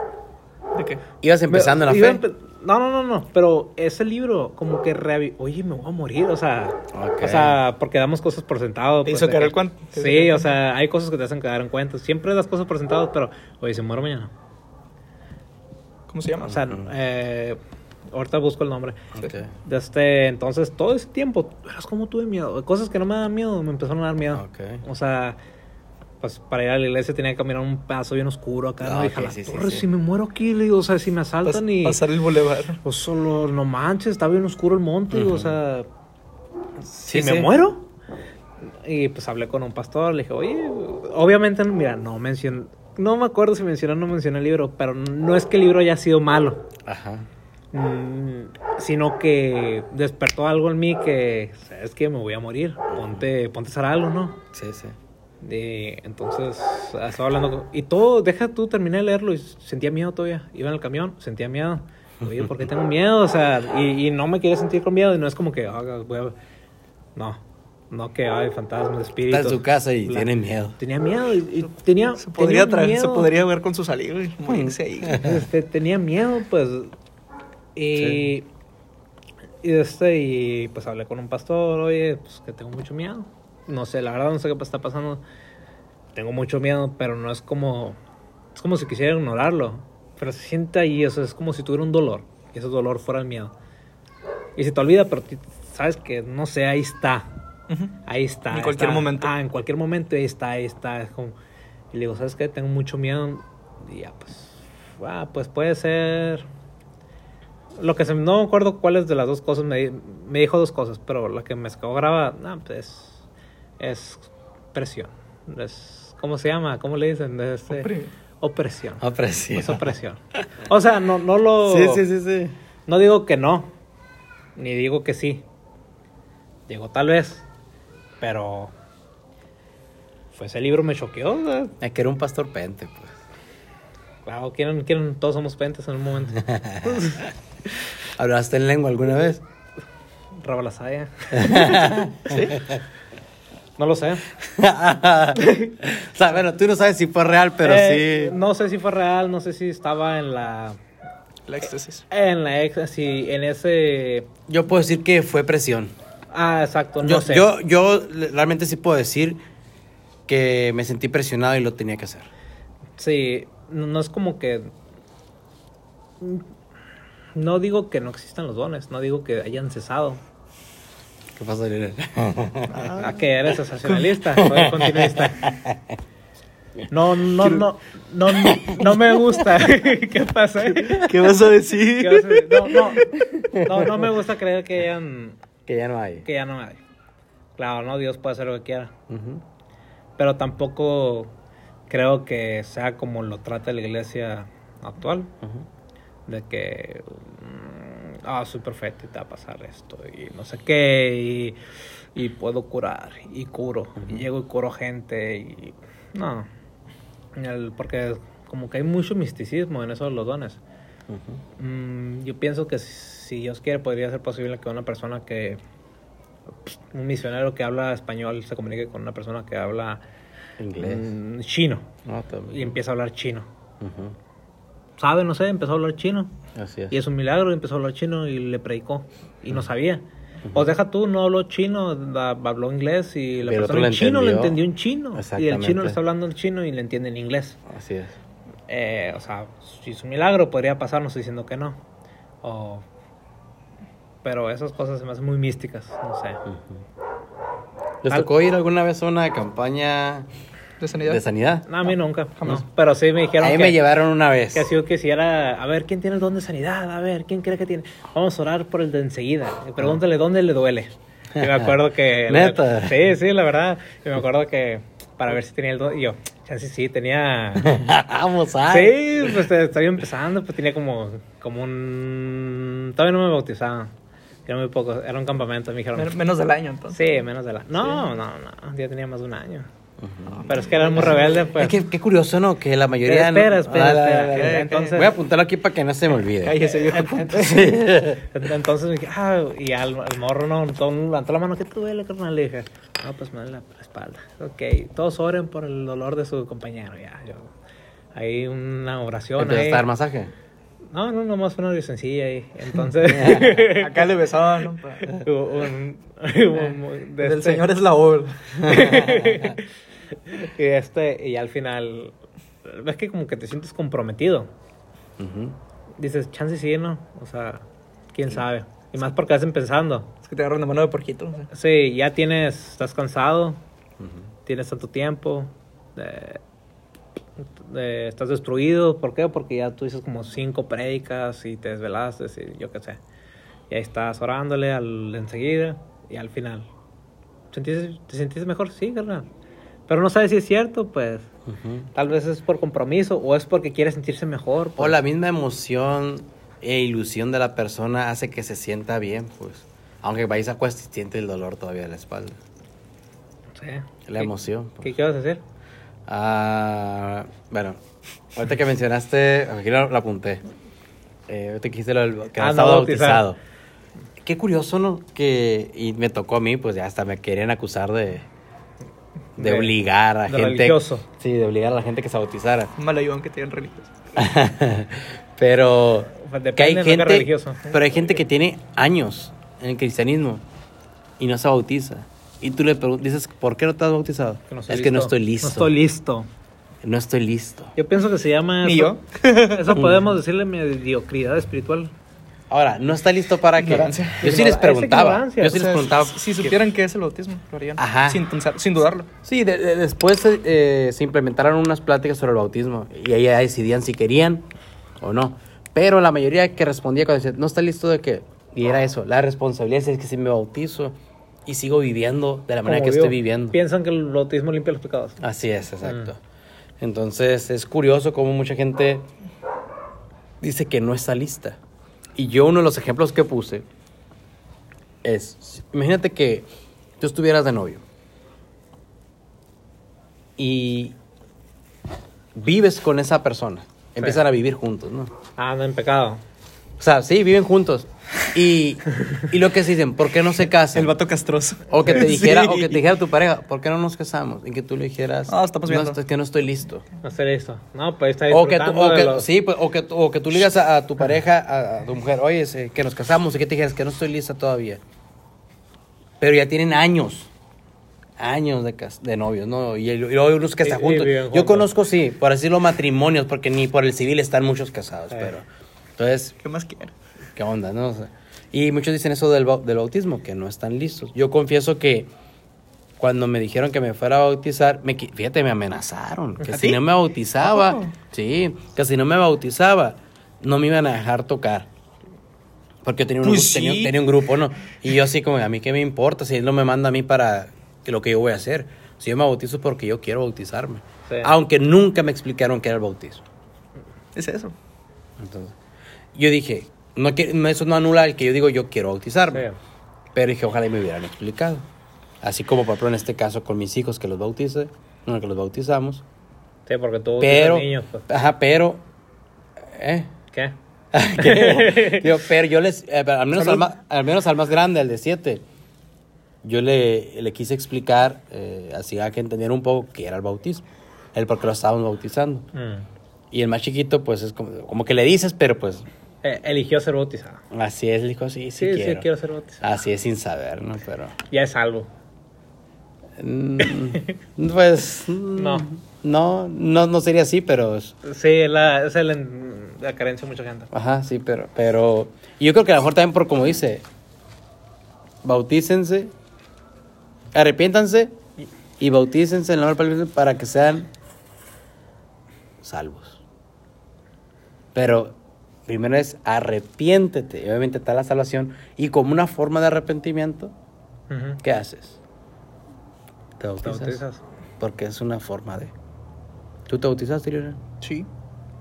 S2: ¿De qué?
S1: Ibas empezando en la
S3: Iba
S1: fe.
S3: empe- No, no, no, no, pero ese libro como que reavi... Oye, me voy a morir, o sea...
S1: Ok.
S3: O sea, porque damos cosas por sentado.
S2: Te
S3: pues,
S2: hizo
S3: de
S2: caer
S3: que-
S2: el cuento.
S3: Sí, o sea, hay cosas que te hacen quedar en cuenta. Siempre das cosas por sentado, pero... Oye, si muero mañana.
S2: ¿Cómo se llama?
S3: O sea, eh, ahorita busco el nombre.
S1: Ok.
S3: Desde entonces, todo ese tiempo, verás cómo tuve miedo. Cosas que no me dan miedo, me empezaron a dar miedo.
S1: Ok.
S3: O sea, pues para ir a la iglesia tenía que caminar un paso bien oscuro acá.
S1: Ah,
S3: no, dije,
S1: ok,
S3: "A la
S1: sí, sí,
S3: torre,
S1: sí. Pues,
S3: si me muero aquí, le digo, o sea, si me
S2: Pas-
S3: asaltan y...
S2: Pasar el bulevar.
S3: O solo, Pues no manches, está bien oscuro el monte,
S1: Ujú.
S3: o sea...
S1: Sí,
S3: Si
S1: sí.
S3: me muero. Y pues hablé con un pastor, le dije, oye, obviamente, mira, no mencioné... No me acuerdo si mencioné o no mencioné el libro, pero no es que el libro haya sido malo.
S1: Ajá.
S3: Mm, sino que despertó algo en mí que, ¿sabes que Me voy a morir. Ponte, ponte a hacer algo, ¿no?
S1: Sí, sí.
S3: Y entonces estaba hablando. con- Y todo, deja tú, terminé de leerlo y sentía miedo todavía. Iba en el camión, sentía miedo. Oye, ¿por qué tengo miedo? O sea, y, y no me quiero sentir con miedo. Y no es como que, "Ah, voy a- No, no que hay fantasmas, espíritus.
S1: Está en su casa y
S3: bla-
S1: tiene miedo.
S3: Tenía miedo y, y tenía.
S2: Se podría,
S3: tenía
S2: tra- se
S3: miedo. Hmm.
S2: podría ver con su saliva y morirse ahí.
S3: Este, tenía miedo, pues. Y.
S1: Sí.
S3: Y este, y pues hablé con un pastor, oye, pues que tengo mucho miedo. No sé, la verdad no sé qué está pasando. Tengo mucho miedo, pero no es como. Es como si quisiera ignorarlo. Pero se siente ahí, o sea, es como si tuviera un dolor. Y ese dolor fuera el miedo. Y se te olvida, pero ti- sabes que, no sé, ahí está.
S2: Ujú.
S3: Ahí está.
S2: En
S3: ahí
S2: cualquier
S3: está.
S2: momento.
S3: Ah, en cualquier momento, ahí está, ahí está. Es como- Y le digo, ¿sabes qué? Tengo mucho miedo. Y ya, pues. Ah, pues puede ser. Lo que se, no me acuerdo cuáles de las dos cosas me, di- me dijo dos cosas, ah, pero la que me escapó graba, nah, pues es presión. Es ¿Cómo se llama? ¿Cómo le dicen? De este- opresión.
S1: Aprecio.
S3: Es opresión. O sea, no, no lo.
S1: Ah, Sí, sí, sí, sí.
S3: No digo que no, ni digo que sí. Digo tal vez, pero. Pues ese libro me choqueó. o sea,
S1: Es que era un pastor pente, pues.
S3: Claro, quieren, quieren, todos somos pentes en un momento.
S1: ¿Hablaste en lengua alguna vez?
S3: Rabalazaya. ¿Sí? No lo sé.
S1: o sea, bueno, tú no sabes si fue real, pero
S3: Eh,
S1: sí.
S3: No sé si fue real, no sé si estaba en la.
S2: La éxtasis.
S3: En la ex, si en ese.
S1: Yo puedo decir que fue presión.
S3: Ah, exacto, no
S1: yo,
S3: sé.
S1: yo, yo realmente sí puedo decir que me sentí presionado y lo tenía que hacer.
S3: Sí, no, no es como que. No digo que no existan los dones, no digo que hayan cesado.
S1: ¿Qué pasa, Lionel?
S3: Ah, que eres sensacionalista, soy continuista. No, no, no, no, no, no me gusta. ¿Qué pasa?
S1: ¿Qué vas a
S3: ¿Qué
S1: decir?
S3: vas a decir? No, no, no, no me gusta creer que hayan-
S1: Que ya no hay.
S3: que ya no hay. Claro, no, Dios puede hacer lo que quiera.
S1: Ujú.
S3: Pero tampoco creo que sea como lo trata la iglesia actual. de que mm, ah soy perfecto y te va a pasar esto y no sé qué y, y puedo curar y curo y llego y curo gente y no El- porque como que hay mucho misticismo en eso de los dones Mm, yo pienso que si Dios quiere podría ser posible que una persona que un misionero que habla español se comunique con una persona que habla
S1: Inglés.
S3: mm, chino
S1: No,
S3: y
S1: también.
S3: empieza a hablar chino
S1: Ujú.
S3: sabe no sé empezó a hablar chino
S1: Así es.
S3: y es un milagro, y empezó a hablar chino y le predicó. Y no sabía. O deja tú, no habló chino, da- habló inglés y la
S1: Pero otro
S3: persona en
S1: le
S3: chino le
S1: entendió.
S3: entendió en chino. Y el
S1: Exactamente.
S3: chino le está hablando en chino y le entiende en inglés.
S1: Así es.
S3: Eh, o sea, si es un milagro, podría pasar, no estoy diciendo que no. O- Pero esas cosas se me hacen muy místicas, no sé.
S1: Mm. ¿Les
S3: Al-
S1: tocó ir alguna vez a una campaña
S2: ¿De sanidad?
S1: de sanidad?
S3: No, a mí nunca.
S2: jamás.
S3: no. Pero sí me dijeron
S1: Ahí
S3: que,
S1: me llevaron una vez.
S3: que si yo quisiera, a ver, ¿quién tiene el don de sanidad? A ver, ¿quién cree que tiene? Vamos a orar por el de enseguida. Y pregúntale dónde le duele. Y me acuerdo que...
S1: ¿Neta?
S3: sí, sí, la verdad. Y me acuerdo que para ver si tenía el don... Y yo, chance sí, tenía...
S1: Vamos ah. a.
S3: Sí, pues eh, estaba empezando, pues tenía como, como un... Todavía no me bautizaban. Era muy poco, era un campamento, me dijeron.
S2: Men- menos del año, entonces.
S3: Sí, menos de la... No, no, no, yo tenía más de un año. Pero es que era muy rebelde, pues.
S1: Es que qué curioso, ¿no? Que la mayoría. no-
S3: Espera, espera,
S1: Ah, la-
S3: espera.
S1: la- la- la-
S3: Entonces-
S1: Voy a apuntarlo aquí para que no se me olvide.
S2: Cállese, viejo.
S3: Entonces me dije, ah, y al, al morro no, todo el mundo levantó la mano, ¿qué te duele, carnal? Le dije, no, pues me duele la, la espalda. Ok, todos oren por el dolor de su compañero, ya. Yo, ahí una oración.
S1: Empezó
S3: ahí.
S1: a dar masaje.
S3: No, no, nomás fue una oración sencilla ahí. Entonces,
S2: Acá le besaban, ¿no? Pa-
S3: un- un- de
S2: Del
S3: este-
S2: señor es la obra.
S3: y este, y al final, ves que como que te sientes comprometido.
S1: Ujú.
S3: Dices, chance sí, ¿no? O sea, quién sabe. Y más porque hacen pensando.
S2: Es que te agarran de mano de porquito. ¿no?
S3: Sí, ya tienes, estás cansado, tienes tanto tiempo, eh, eh, estás destruido, ¿por qué? Porque ya tú dices como cinco prédicas y te desvelaste, y yo qué sé. Y ahí estás orándole al, enseguida y al final. ¿Sentiste- ¿Te sentiste mejor? Sí, carnal. Pero no sabes si es cierto, pues.
S1: Ujú.
S3: Tal vez es por compromiso o es porque quiere sentirse mejor.
S1: O
S3: pues.
S1: la misma emoción e ilusión de la persona hace que se sienta bien, pues. Aunque vayas a cuesta y siente el dolor todavía de la espalda.
S3: Sí.
S1: La
S3: ¿Qué-
S1: emoción. pues.
S3: ¿Qué quieres decir?
S1: Ah, bueno, ahorita que mencionaste, aquí lo, lo apunté. Eh, ahorita que dijiste lo del que no
S3: Ah, no
S1: estaba
S3: bautizado.
S1: bautizado. Qué curioso, ¿no? Que, y me tocó a mí, pues ya hasta me querían acusar de, de,
S3: De-
S1: obligar a
S3: de
S1: gente.
S3: religioso.
S1: Sí, de obligar a la gente que se bautizara.
S2: Un mal ayudón que tienen religiosos.
S1: Pero
S3: Pues depende
S1: que hay
S3: de lo que
S1: gente,
S3: es religioso.
S1: pero hay gente que tiene años en el cristianismo y no se bautiza. Y tú le preguntas, dices, ¿por qué no te has bautizado?
S3: Que no
S1: es
S3: estoy
S1: que no
S3: listo.
S1: estoy listo. No
S3: No estoy listo.
S1: estoy listo.
S3: Yo pienso que se llama.
S2: Ni
S3: eso- Eso podemos decirle mediocridad espiritual.
S1: Ahora, ¿no está listo para qué?
S2: Ignorancia.
S1: Yo sí les
S3: Ignora-
S1: preguntaba.
S3: es ignorancia,
S1: Yo
S3: o
S1: sí
S2: O sea,
S1: les preguntaba.
S2: si, si supieran que es el autismo, lo harían.
S1: Ajá.
S2: Sin, pensar- sin dudarlo.
S1: Sí, de- de- después eh, se implementaron unas pláticas sobre el bautismo y ahí ya decidían si querían o no. Pero la mayoría que respondía cuando decía, no está listo de que... Y era eso, la responsabilidad si es que si me bautizo, y sigo viviendo de la manera
S3: Como
S1: que
S3: digo,
S1: estoy viviendo.
S3: Piensan que el bautismo limpia los pecados.
S1: Así es, exacto. Entonces es curioso cómo mucha gente dice que no está lista. Y yo uno de los ejemplos que puse es, imagínate que tú estuvieras de novio y vives con esa persona, empiezan a vivir juntos, ¿no?
S3: Ah, no, en pecado.
S1: O sea, sí, viven juntos. Y, y lo que se dicen, ¿por qué no se casan?
S2: El vato castroso.
S1: O que te
S2: Sí.
S1: dijera, o que te dijera tu pareja, ¿por qué no nos casamos? Y que tú le dijeras,
S2: Ah, estamos viendo.
S1: "No, es que no estoy listo.
S3: Hacer esto. No, pues está
S1: O que, tú,
S3: disfrutando
S1: o
S3: de
S1: que-
S3: los-
S1: sí, pues, o que, tú- o que tú le digas a, a tu pareja, a, a tu mujer, oye, se- que nos casamos, y que te dijeras que no estoy lista todavía. Pero ya tienen años, años de, cas- de novios, ¿no? Y, y luego hay unos que
S3: Y-
S1: están
S3: y
S1: juntos.
S3: viven juntos.
S1: Yo conozco, sí, por así los matrimonios, porque ni por el civil están muchos casados,
S3: Eh.
S1: pero... Entonces,
S2: ¿Qué más quiero?
S1: ¿Qué onda? No? O sea, y muchos dicen eso del, bau- del bautismo, que no están listos. Yo confieso que cuando me dijeron que me fuera a bautizar, me, qui- fíjate, me amenazaron. Que
S2: ¿A
S1: si
S2: ti?
S1: no me bautizaba,
S2: ¿A poco?
S1: sí, que si no me bautizaba, no me iban a dejar tocar. Porque yo tenía un,
S2: Pues
S1: gru- tenía-
S2: sí.
S1: tenía un grupo, ¿no? Y yo así como, ¿a mí qué me importa? Si él no me manda a mí para que lo que yo voy a hacer. Si yo me bautizo es porque yo quiero bautizarme.
S3: Sí.
S1: Aunque nunca me explicaron qué era el bautizo.
S2: Es eso.
S1: Entonces, yo dije, no, que- no, eso no anula el que yo digo yo quiero bautizarme.
S3: Sí.
S1: Pero dije, ojalá y me hubieran explicado. Así como, por ejemplo, en este caso con mis hijos que los bautice, no que los bautizamos.
S3: Sí, porque tú
S1: pero,
S3: tienes niños, pues.
S1: ajá, pero, ¿eh?
S3: ¿Qué?
S1: ¿Qué? Digo, pero yo les, eh, al, menos al,
S2: Salud.
S1: ma- al menos al más grande, al de siete, yo le, le quise explicar, eh, así a que entendiera un poco qué era el bautismo, el por qué lo estábamos bautizando.
S3: Mm.
S1: Y el más chiquito, pues, es como, como que le dices, pero pues
S3: Eh, eligió ser bautizado.
S1: Así es, dijo, sí, sí,
S3: Sí, sí,
S1: quiero.
S3: quiero. ser bautizado.
S1: Así es, sin saber, ¿no? Pero...
S3: Ya es salvo.
S1: mm, pues... mm,
S3: No.
S1: No, no, no sería así, pero... es-
S3: Sí, la, es el en- la carencia de mucha gente.
S1: Ajá, sí, pero... pero y yo creo que a lo mejor también por como dice, bautícense, arrepiéntanse y bautícense en el nombre del Padre y del Hijo para que sean salvos. Pero primero es arrepiéntete, y obviamente está la salvación, y como una forma de arrepentimiento,
S3: Ujú.
S1: ¿Qué haces? ¿Te
S3: ¿Te
S1: bautizas?
S3: bautizas?
S1: Porque es una forma de. ¿Tú te bautizaste, Lionel?
S2: Sí.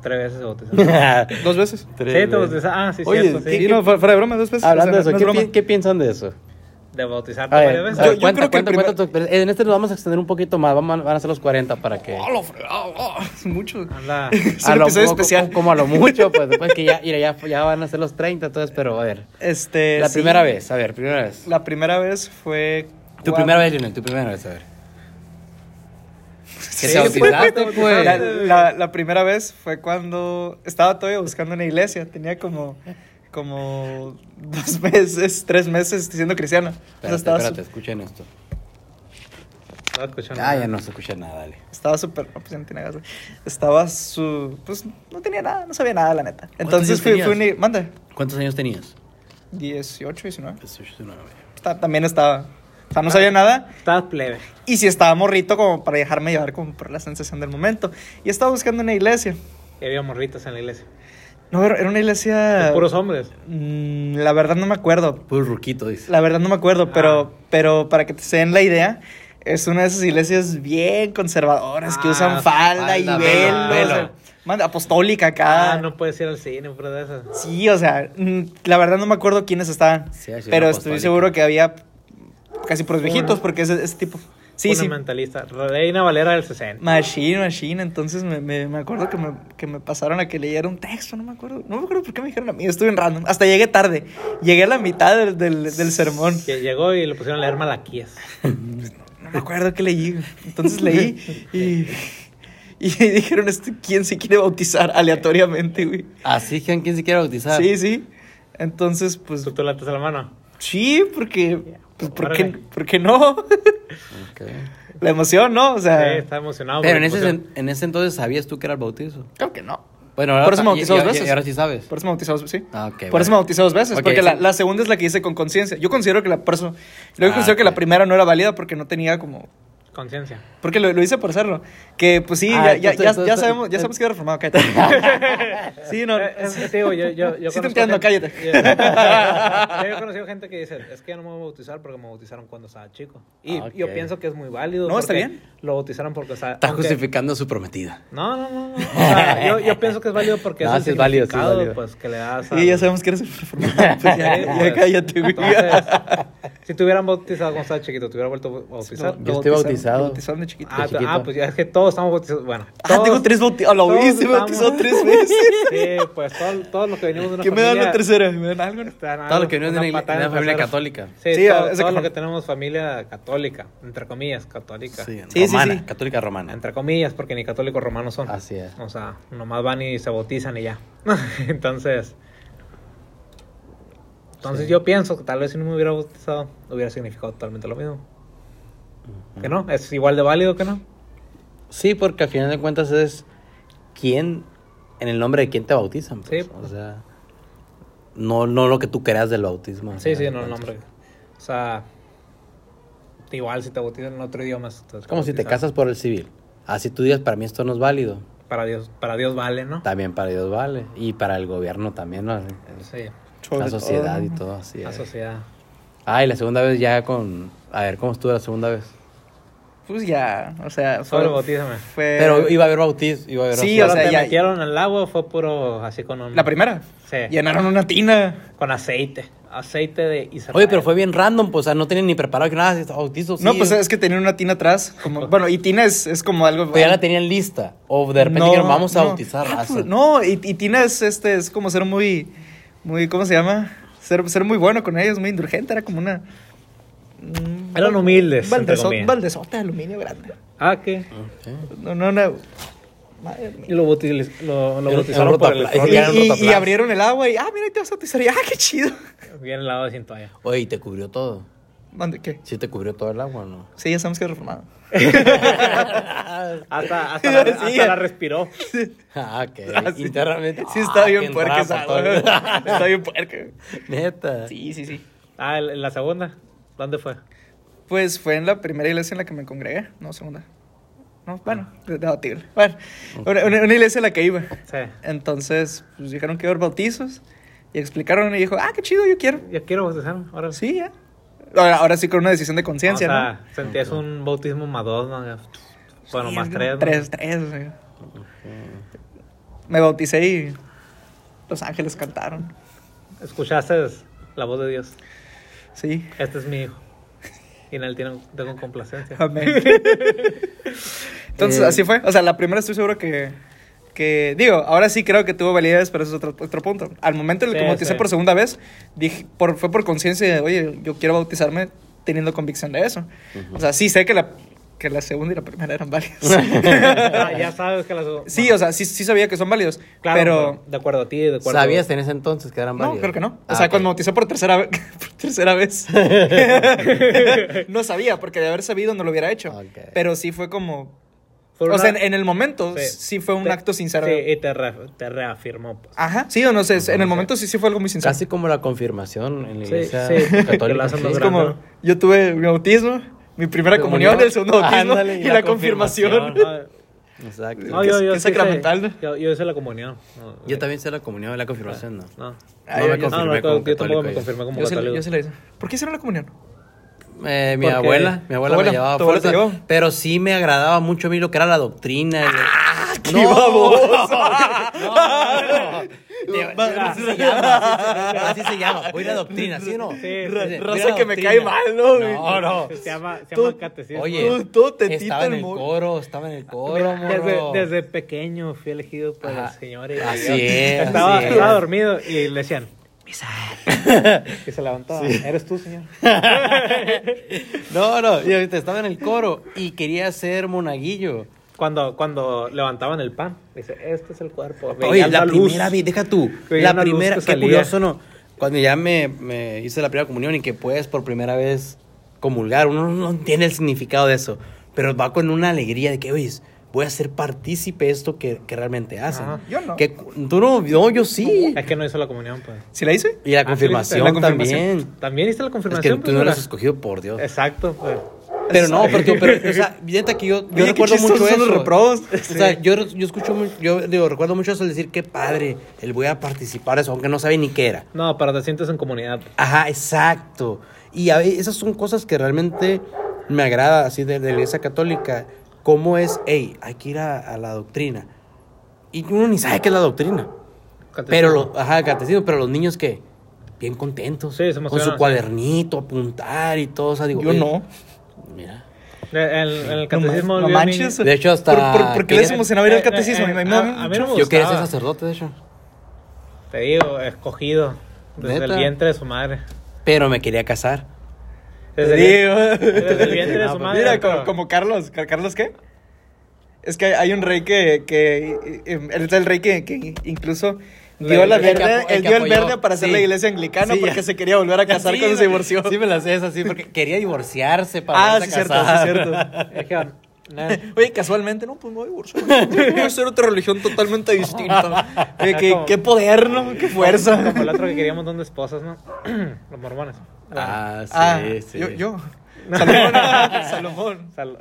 S3: Tres veces se bautizas.
S2: Dos veces.
S3: Sí, te bautizas. Ah, sí,
S1: Oye,
S3: cierto,
S1: ¿qué-
S2: Sí,
S3: sí.
S2: no, fuera fuera de broma, dos veces.
S1: Hablando
S2: O
S1: de
S2: sea,
S1: eso,
S2: no es
S1: ¿qué,
S2: broma.
S1: pi- qué piensan de eso?
S3: De bautizarte
S1: A ver,
S3: varias veces.
S1: a ver,
S2: Yo- yo
S1: cuenta,
S2: creo que
S1: cuenta,
S2: el primer-
S1: cuenta tu experiencia. En este nos vamos a extender un poquito más. Vamos a, van a ser los 40 para que.
S2: Ah, lo fregado, ah, es mucho.
S3: Anda.
S2: Es un episodio
S1: poco-
S2: especial.
S1: Como, a lo mucho, pues después que ya, mira, ya, ya van a ser los 30, entonces, pero a ver.
S2: Este.
S1: La
S2: sí.
S1: primera vez, a ver, primera vez.
S2: La primera vez fue.
S1: Tu
S2: cuando-
S1: primera vez, Lionel, tu primera vez, a ver.
S2: Sí,
S1: te bautizaste,
S2: güey.
S1: pues.
S2: La, la- la primera vez fue cuando estaba todavía buscando una iglesia. Tenía como, como dos meses, tres meses siendo cristiano. O sea,
S1: Espérate,
S2: estaba
S1: espérate,
S2: su-
S1: escuchen esto.
S3: No escucho nada.
S1: Ah, ya no se escucha nada, dale.
S2: estaba súper. no, pues ya no tenía gas, güey. Estaba su. Pues no tenía nada, no sabía nada, la neta.
S1: años
S2: Entonces fui, fui
S1: tenías?
S2: una. Manda.
S1: ¿Cuántos años tenías?
S2: 18, 19.
S1: Pues,
S2: Está- también estaba. O
S1: Ah.
S2: sea, no sabía nada.
S3: Estás plebe.
S2: Y si estaba morrito, como para dejarme llevar como por la sensación del momento. Y estaba buscando una iglesia.
S3: Y había morritas en la iglesia.
S2: No, era era una
S1: Ah.
S2: iglesia.
S3: Puros hombres.
S2: Mm, la verdad no me acuerdo.
S1: Puro ruquito, dice.
S2: La verdad no me acuerdo,
S1: Ah.
S2: pero, pero para que se den la idea, es una de esas iglesias bien conservadoras que
S3: Ah,
S2: usan falda, y
S1: falda, velo,
S2: velo. o sea,
S1: velo.
S2: manda, apostólica acá.
S3: Ah, no puedes ir al cine, pero de esas.
S2: Sí, o sea, mm, la verdad no me acuerdo quiénes estaban.
S1: Sí, ha sido
S2: pero
S1: una
S2: estoy
S1: apostólica.
S2: seguro que había casi puros viejitos, porque ese, ese tipo. Sí, sí.
S3: Fundamentalista. Reina Valera del 60.
S2: Machine, machine. Entonces me, me- me acuerdo que me, que me pasaron a que leyera un texto, no me acuerdo. No me acuerdo por qué me dijeron a mí, estuve en random. Hasta llegué tarde. Llegué a la mitad del, del- del sermón.
S3: Que llegó y le pusieron a leer Malaquías.
S2: No me acuerdo qué leí. Entonces leí y, y dijeron, "Este, ¿quién se quiere bautizar aleatoriamente, güey?
S1: Así que quien se quiere bautizar.
S2: Sí, sí. Entonces, pues
S3: ¿Tú te latas a la mano?
S2: sí, porque... Pues, ¿por, qué,
S3: Órale.
S2: por qué no?
S1: Ok.
S2: la emoción, ¿no? O
S3: Sí,
S2: sea...
S3: está emocionado.
S1: Ah. Pero
S3: por
S1: en
S3: la
S1: ese,
S3: emoción.
S1: sen- en ese entonces sabías tú que era el bautizo.
S2: Creo que no.
S1: Bueno, ahora,
S2: Por eso
S1: y-
S2: me bautizó
S1: y-
S2: dos
S1: y-
S2: veces.
S1: Y ahora sí sabes.
S2: Por eso me bautizó dos veces, sí.
S1: Ah, ok,
S2: por
S1: bueno.
S2: eso me bautizó dos veces,
S1: Ok,
S2: porque la,
S1: sí.
S2: la segunda es la que hice con conciencia. Yo considero que la persona... Yo
S1: Ah,
S2: considero que
S1: ok.
S2: la primera no era válida porque no tenía como...
S3: Conciencia.
S2: Porque lo, lo hice por hacerlo. Que pues sí,
S1: Ah,
S2: ya, ya,
S1: tú- tú-
S2: ya-
S1: tú-
S2: ya
S1: tú-
S2: sabemos, ya
S1: tú-
S2: sabemos que era reformado, cállate. sí, no.
S3: Eh, eh, te digo, yo, yo, yo
S2: Sí te
S3: conozco
S2: entiendo,
S3: gente-
S2: cállate.
S3: Yo, yo he conocido gente que dice, es que yo no me voy a bautizar porque me bautizaron cuando estaba chico. Y
S1: Ah, ok.
S3: yo pienso que es muy válido.
S2: No, está
S3: porque
S2: bien.
S3: Lo bautizaron porque... O sea,
S1: Está
S3: aunque-
S1: justificando a su prometida.
S3: No, no, no. no. O sea, yo, yo pienso que es válido porque
S1: No,
S3: es el
S1: sí es válido, sí es
S3: significado,
S1: válido.
S3: Pues que le das
S2: Sí, ya
S3: al-
S2: sabemos que eres el reformado. Pues, ya,
S3: Sí,
S2: ya
S3: pues.
S2: cállate, güey.
S3: Entonces, si te hubieran bautizado cuando estabas chiquito, te hubieran vuelto a bautizar.
S1: Yo estoy bautizado.
S2: Bautizaron de chiquito.
S3: Ah,
S1: de
S3: tú-
S1: chiquito.
S3: ah, pues ya es que todos estamos bautizados. Bueno,
S2: Ah,
S3: todos-
S2: tengo tres bautizados. A la
S3: todos
S2: vez, se me bautizó
S3: estamos-
S2: tres veces.
S3: Sí, pues todo- todos los que venimos de una
S2: ¿Qué me
S3: familia.
S2: dan la tercera? ¿Me dan algo?
S3: te dan
S1: Todo lo
S3: algo,
S1: que viene de
S3: una
S1: una, igle-
S3: patada
S1: de
S3: en
S1: una
S3: el
S1: familia
S2: trasero.
S1: católica.
S3: Sí,
S2: Sí,
S3: todo,
S2: ese
S3: todo lo
S2: cajón.
S3: que tenemos familia católica, entre comillas, católica.
S1: Sí,
S2: Sí, sí,
S1: romana,
S2: sí.
S1: católica romana.
S3: Entre comillas, porque ni católicos romanos son.
S1: Así es.
S3: O sea, nomás van y se bautizan y ya. entonces, entonces
S1: Sí.
S3: yo pienso que tal vez si no me hubiera bautizado, hubiera significado totalmente lo mismo. ¿Que no? ¿Es igual de válido que no?
S1: Sí, porque al final de cuentas es quién, en el nombre de quién te bautizan. pues.
S3: Sí.
S1: O sea, no, no lo que tú creas del bautismo. al
S3: Sí,
S1: final
S3: sí,
S1: de
S3: no, el
S1: cuentas.
S3: nombre. O sea, igual si te bautizan en otro idioma. Es
S1: Es como si te casas por el civil. Así tú digas, para mí esto no es válido.
S3: Para Dios, para Dios vale, ¿no?
S1: También para Dios vale. Y para el gobierno también, ¿no?
S3: Sí,
S1: La sociedad y todo así.
S3: la
S1: eh.
S3: sociedad.
S1: Ah, y la segunda vez ya con... A ver, ¿cómo estuvo la segunda vez?
S2: Pues ya, o sea,
S3: Solo
S2: fue.
S3: bautízame.
S2: fue-
S1: Pero iba a haber bautizo, iba a haber
S2: Eh, Sí,
S1: bautizo.
S2: o sea,
S3: te
S2: ya-
S3: metieron al agua fue puro así con un...
S2: La primera.
S3: Sí.
S2: Llenaron una tina.
S3: Con aceite. Aceite de Israel.
S1: Oye, pero fue bien random, pues, o sea, no tienen ni preparado que nada, bautizo, sí.
S2: No, pues es que tenían una tina atrás. Como, bueno, y tina es, es como algo.
S1: Pero Pues ya la tenían lista. O de repente
S2: No,
S1: dijeron, vamos a
S2: no.
S1: bautizar
S2: Ah,
S1: raza.
S2: pues, no, y, y Tina es, este, es como ser muy, muy, ¿cómo se llama? Ser, ser muy bueno con ellos, muy indulgente, era como una... mm,
S3: Eran
S2: val-
S3: humildes, entre
S2: Valdezo,
S3: comillas.
S2: valdezota de aluminio grande.
S3: Ah, ¿qué?
S1: Ok.
S2: No, no, no. Madre mía.
S3: Y lo, bautiz- lo, lo
S1: El-
S3: bautizaron
S1: el
S3: por el
S1: rotapla-
S3: error.
S1: ya eran
S2: Y, y- y
S1: rotoplas.
S2: abrieron el agua y, ah, mira, ahí te vas a bautizar. Y, ah, qué chido.
S3: Bien helado sin toalla.
S1: Oye, ¿y te cubrió todo?
S2: ¿Dónde, ¿Qué?
S1: ¿Sí te cubrió todo el agua o no?
S2: Sí, ya sabemos que es reformado. Ah.
S3: Hasta, hasta, la,
S2: Sí.
S3: hasta la respiró.
S1: Ah, ok.
S2: Ah, sí.
S1: Internamente.
S2: Sí, está
S1: Ah,
S2: bien
S1: qué
S2: puerca esa
S1: entrapa,
S2: agua.
S1: todo.
S2: Está bien puerca.
S1: Neta.
S2: Sí, sí, sí.
S3: Ah, el- la segunda. ¿Dónde fue?
S2: Pues fue en la primera iglesia en la que me congregué, no segunda. No, bueno, debatible. Bueno, una, una- una iglesia en la que iba.
S3: Sí.
S2: Entonces, pues dijeron que iba a haber bautizos y explicaron y dijo, ah, qué chido, yo quiero.
S3: Yo quiero bautizarme. Ahora
S2: Sí, ya. Ahora, ahora sí con una decisión de conciencia,
S3: o sea,
S2: ¿no?
S3: sentías un bautismo más dos, ¿no? Bueno,
S2: Sí,
S3: más tres. ¿no?
S2: Tres, tres. o sea. Me bauticé y los ángeles cantaron.
S3: Escuchaste la voz de Dios.
S2: Sí.
S3: Este es mi hijo. Y en él tiene- tengo complacencia.
S2: Amén. Entonces,
S1: Eh,
S2: así fue. O sea, la primera estoy seguro que. que digo, ahora sí creo que tuvo validez, pero eso es otro, otro punto. Al momento en el que
S3: Sí,
S2: me bauticé
S3: sí.
S2: por segunda vez, dije, por, fue por conciencia de, oye, yo quiero bautizarme teniendo convicción de eso. O sea, sí sé que la, que la segunda y la primera eran válidas.
S3: Ah, ya sabes que las.
S2: sí, o sea, sí, sí sabía que son válidos.
S3: Claro,
S2: pero.
S3: de acuerdo a ti, de acuerdo
S1: ¿Sabías en ese entonces que eran
S2: No,
S1: válidos?
S2: creo que no. O
S1: Ah,
S2: sea,
S1: ok.
S2: cuando me bauticé por tercera, ve- por tercera vez. no sabía, porque de haber sabido no lo hubiera hecho.
S1: Ok.
S2: Pero sí fue como,
S3: Fue
S2: o
S3: una-
S2: sea, en, en el momento
S3: Sí.
S2: sí, fue un
S3: Te-
S2: acto sincero.
S3: Sí, y te, re- te reafirmó. Pues.
S2: Ajá, sí o no sé, en el momento sí sí fue algo muy sincero.
S1: Casi como la confirmación en la
S3: Sí,
S1: iglesia
S3: sí, que lo
S1: católica.
S3: hacen
S1: sí.
S3: los
S2: es
S3: grande,
S2: como,
S3: ¿no?
S2: yo tuve mi bautismo, mi primera comunión,
S1: Comunión.
S2: el segundo bautismo
S1: Ándale,
S2: y, la, confirmación.
S3: No,
S1: Exacto.
S3: no,
S2: Que
S3: yo,
S2: es-
S3: yo
S2: que es
S3: sí hice-
S2: sacramental, ¿no?
S3: Yo, yo hice la comunión. No, eh,
S1: Yo también sé la comunión, la confirmación no.
S3: No.
S2: Ah,
S1: No
S2: yo-
S1: me
S2: yo-
S1: confirmé
S3: no, no,
S1: como
S3: yo tampoco me
S1: católico yo.
S3: confirmé como
S2: Yo sí,
S3: católico.
S2: yo sí la hice. ¿Por qué hicieron la comunión?
S1: Eh, mi
S3: Porque-
S1: abuela, mi abuela,
S2: ¿Tu abuela?
S1: me llevaba a
S2: ¿Tu abuela
S1: fuerza,
S2: te llevó?
S1: pero sí me agradaba mucho a mí lo que era la doctrina. el-
S2: ¡Ah! ¡Qué baboso!
S1: Te-
S2: Va-
S1: así se llama, así se- así se llama. Voy la doctrina, ¿sí o no?
S3: sí.
S1: Ra-
S3: Voy la
S2: Raza que me cae mal, ¿no? güey?
S1: No, no.
S3: Se llama, se
S2: Tú-
S3: llama catecismo.
S1: Oye,
S2: Todo- todo tetito
S1: estaba en
S2: el
S1: el
S2: morro.
S1: coro, estaba en el coro,
S3: Desde,
S1: morro.
S3: desde pequeño fui elegido por
S1: Ajá.
S3: el Señor. y-
S1: Así es,
S3: Estaba,
S1: así es.
S3: estaba dormido y le decían, Misael. Y se levantaba. Eres tú, Señor.
S1: No, no, y ahorita estaba en el coro y quería ser monaguillo.
S3: Cuando, cuando levantaban el pan, dice, este es el cuerpo.
S1: Oye,
S3: Veían
S1: la,
S3: luz.
S1: primera vez, deja tú,
S3: Veía
S1: la
S3: una luz
S1: primera,
S3: que
S1: qué
S3: salía.
S1: curioso, ¿no? Cuando ya me, me hice la primera comunión y que puedes por primera vez comulgar, uno no entiende el significado de eso, pero va con una alegría de que, oye, voy a ser partícipe de esto que, que realmente hacen.
S3: Ajá.
S2: Yo no.
S1: Que, cu- tú no, no, yo sí.
S3: Es que no hizo la comunión, pues.
S2: ¿Sí la hice?
S1: Y la
S3: Ah, sí,
S1: confirmación,
S2: la confirmación.
S1: también.
S3: También hizo la
S1: Es que
S3: confirmación.
S1: tú
S3: pues,
S1: no eres
S3: ¿verdad?
S1: escogido por Dios.
S3: Exacto, pues.
S1: Pero no, pero, pero o sea, neta que yo, yo
S2: Oye, qué
S1: recuerdo
S2: chistosos
S1: mucho
S2: son
S1: eso.
S2: los reprobos.
S1: O sea, yo, re- yo escucho, mu- yo digo, recuerdo mucho eso, el decir, qué padre, el voy a participar eso, aunque no sabe ni qué era.
S3: No, para te sientes en comunidad.
S1: Ajá, exacto. Y a ve- esas son cosas que realmente me agrada, así, de, de la iglesia católica. ¿Cómo es, hey, hay que ir a, a la doctrina? Y uno ni sabe qué es la doctrina. Pero, lo, ajá, el catecismo, pero los niños que, bien contentos.
S3: Sí, se
S1: con
S3: emocionan,
S1: su
S3: sí.
S1: cuadernito, apuntar y todo. O sea, digo,
S2: Yo
S1: "Ey,
S2: no.
S1: Mira.
S3: Eh, En, en el catecismo.
S2: no
S3: había un
S2: manches.
S3: niño-
S1: De hecho, hasta.
S2: ¿Por, por, por qué les
S1: quería-
S2: emocionaba ir al
S3: Eh, eh,
S2: catecismo?
S3: eh,
S2: A mí me-
S3: a-
S2: me-
S3: a mí no me
S1: Yo quería ser
S3: gustaba.
S1: sacerdote, de hecho.
S3: Te digo, escogido. Desde
S1: ¿Neta?
S3: el vientre de su madre.
S1: Pero me quería casar.
S3: Desde
S2: Te
S3: el-
S2: digo.
S3: desde el vientre de
S1: No,
S3: su
S1: pues
S3: madre.
S2: Mira, como,
S3: pero-
S2: como Carlos. ¿Car- ¿Carlos qué? Es que hay- hay un rey que. que eh, él es el rey que, que incluso. Dio
S3: El-
S2: la
S3: el que
S2: verde,
S1: apo- el que
S2: él dio el
S1: apoyó.
S2: verde para hacer
S1: Sí.
S2: la iglesia anglicana
S1: Sí, ya.
S2: porque se quería volver a casar
S1: Sí,
S2: cuando se divorció.
S1: Sí, me la sé esa, sí, porque quería divorciarse para
S2: ah,
S1: volverse
S2: sí,
S1: a
S2: cierto, sí,
S1: casar.
S2: cierto.
S3: Dijeron, "Nah,
S2: Oye, casualmente, no, pues me voy a divorciar. Voy a hacer otra religión totalmente distinta. Oye, qué, qué poder, ¿no? Qué fuerza.
S3: Como el otro que quería un montón de esposas, ¿no? Los mormones.
S1: Ah, sí,
S2: Ah,
S1: sí.
S2: yo, yo. Salomón. Salomón.
S3: O sea, lo-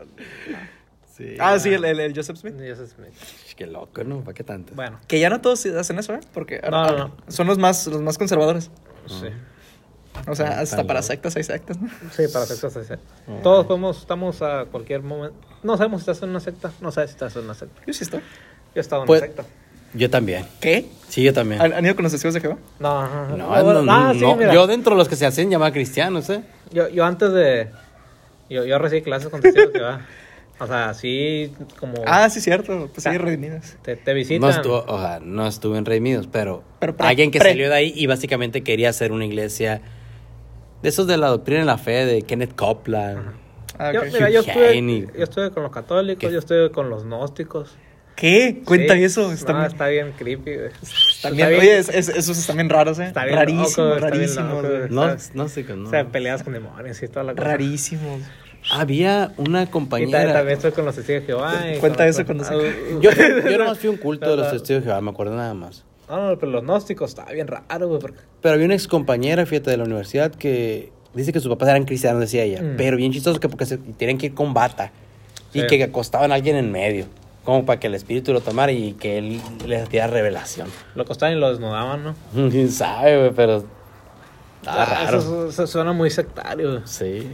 S1: Sí.
S2: Ah, sí, el, el, el Joseph Smith.
S3: Joseph Smith.
S1: Qué loco, ¿no? ¿Para qué tanto?
S3: Bueno,
S2: Que ya no todos hacen eso, ¿eh? Porque
S3: No,
S2: ah,
S3: no, no.
S2: son los más, los más conservadores.
S1: Ah.
S3: sí.
S2: O sea, hasta
S1: tan
S2: para
S1: loco.
S2: sectas hay sectas, ¿no?
S3: Sí, para sexos sí, sí.
S1: Ah.
S3: Todos podemos, estamos a cualquier momento. No sabemos si estás en una secta. No sabes si estás en una secta.
S2: Yo sí estoy.
S3: Yo he estado en
S1: Pues-
S3: una secta.
S1: Yo también.
S2: ¿Qué?
S1: Sí, yo también.
S2: ¿Han, han ido con los testigos de Jehová?
S1: No,
S3: No, Ah,
S1: no,
S3: bueno, ah, sí,
S1: no.
S3: mira.
S1: Yo dentro de los que se hacen llamar cristianos, ¿eh?
S3: Yo, yo antes de. Yo, yo recibí clases con testigos que va. O sea, así como.
S2: Ah, sí, cierto. Pues sí,
S3: Ah.
S2: reunidas.
S3: te, te visitan.
S1: No estuvo, o sea, no estuve en Redimidos, pero,
S2: Pero pre-
S1: alguien que
S2: pre-
S1: salió de ahí y básicamente quería hacer una iglesia de esos de la doctrina en la fe, de Kenneth Copeland.
S2: Ah,
S3: Yo,
S2: ok.
S3: mira, yo estuve,
S1: Higiene.
S3: yo estuve con los católicos,
S1: ¿Qué?
S3: yo estuve con los gnósticos.
S2: ¿Qué? Cuenta
S3: Sí.
S2: eso. Está
S3: No,
S2: bien-
S3: está bien creepy. güey.
S2: está bien- Oye, es- es- esos están bien raros, ¿eh?
S3: Está bien
S2: rarísimos,
S3: loco, está bien
S2: rarísimos.
S3: loco.
S2: güey.
S1: No,
S3: ¿sabes?
S1: no sé, no.
S3: O sea, peleas con demonios y toda la cosa.
S2: rarísimos.
S1: Había una
S3: Y ta-
S1: compañera.
S3: también estoy con los testigos de Jehová. y
S2: Cuenta
S3: con- Ah, uh,
S2: eso
S3: con-
S2: cuando se-
S1: Yo, yo nomás fui a un culto de los
S3: Nada.
S1: testigos de Jehová, me acuerdo nada más.
S3: Ah, No, no, pero los gnósticos estaba bien raro, güey. Porque...
S1: Pero había una excompañera, fíjate, de la universidad que dice que sus papás eran cristianos, decía ella.
S3: Mm.
S1: Pero bien chistoso que porque se, tienen que ir con bata y
S3: Sí.
S1: que acostaban a alguien en medio, como para que el espíritu lo tomara y que él les hacía revelación.
S3: Lo costaban y lo desnudaban, ¿no?
S1: Quién sabe, güey, pero. Estaba
S3: Ah,
S1: raro.
S3: Eso, eso suena muy sectario. güey.
S1: Sí.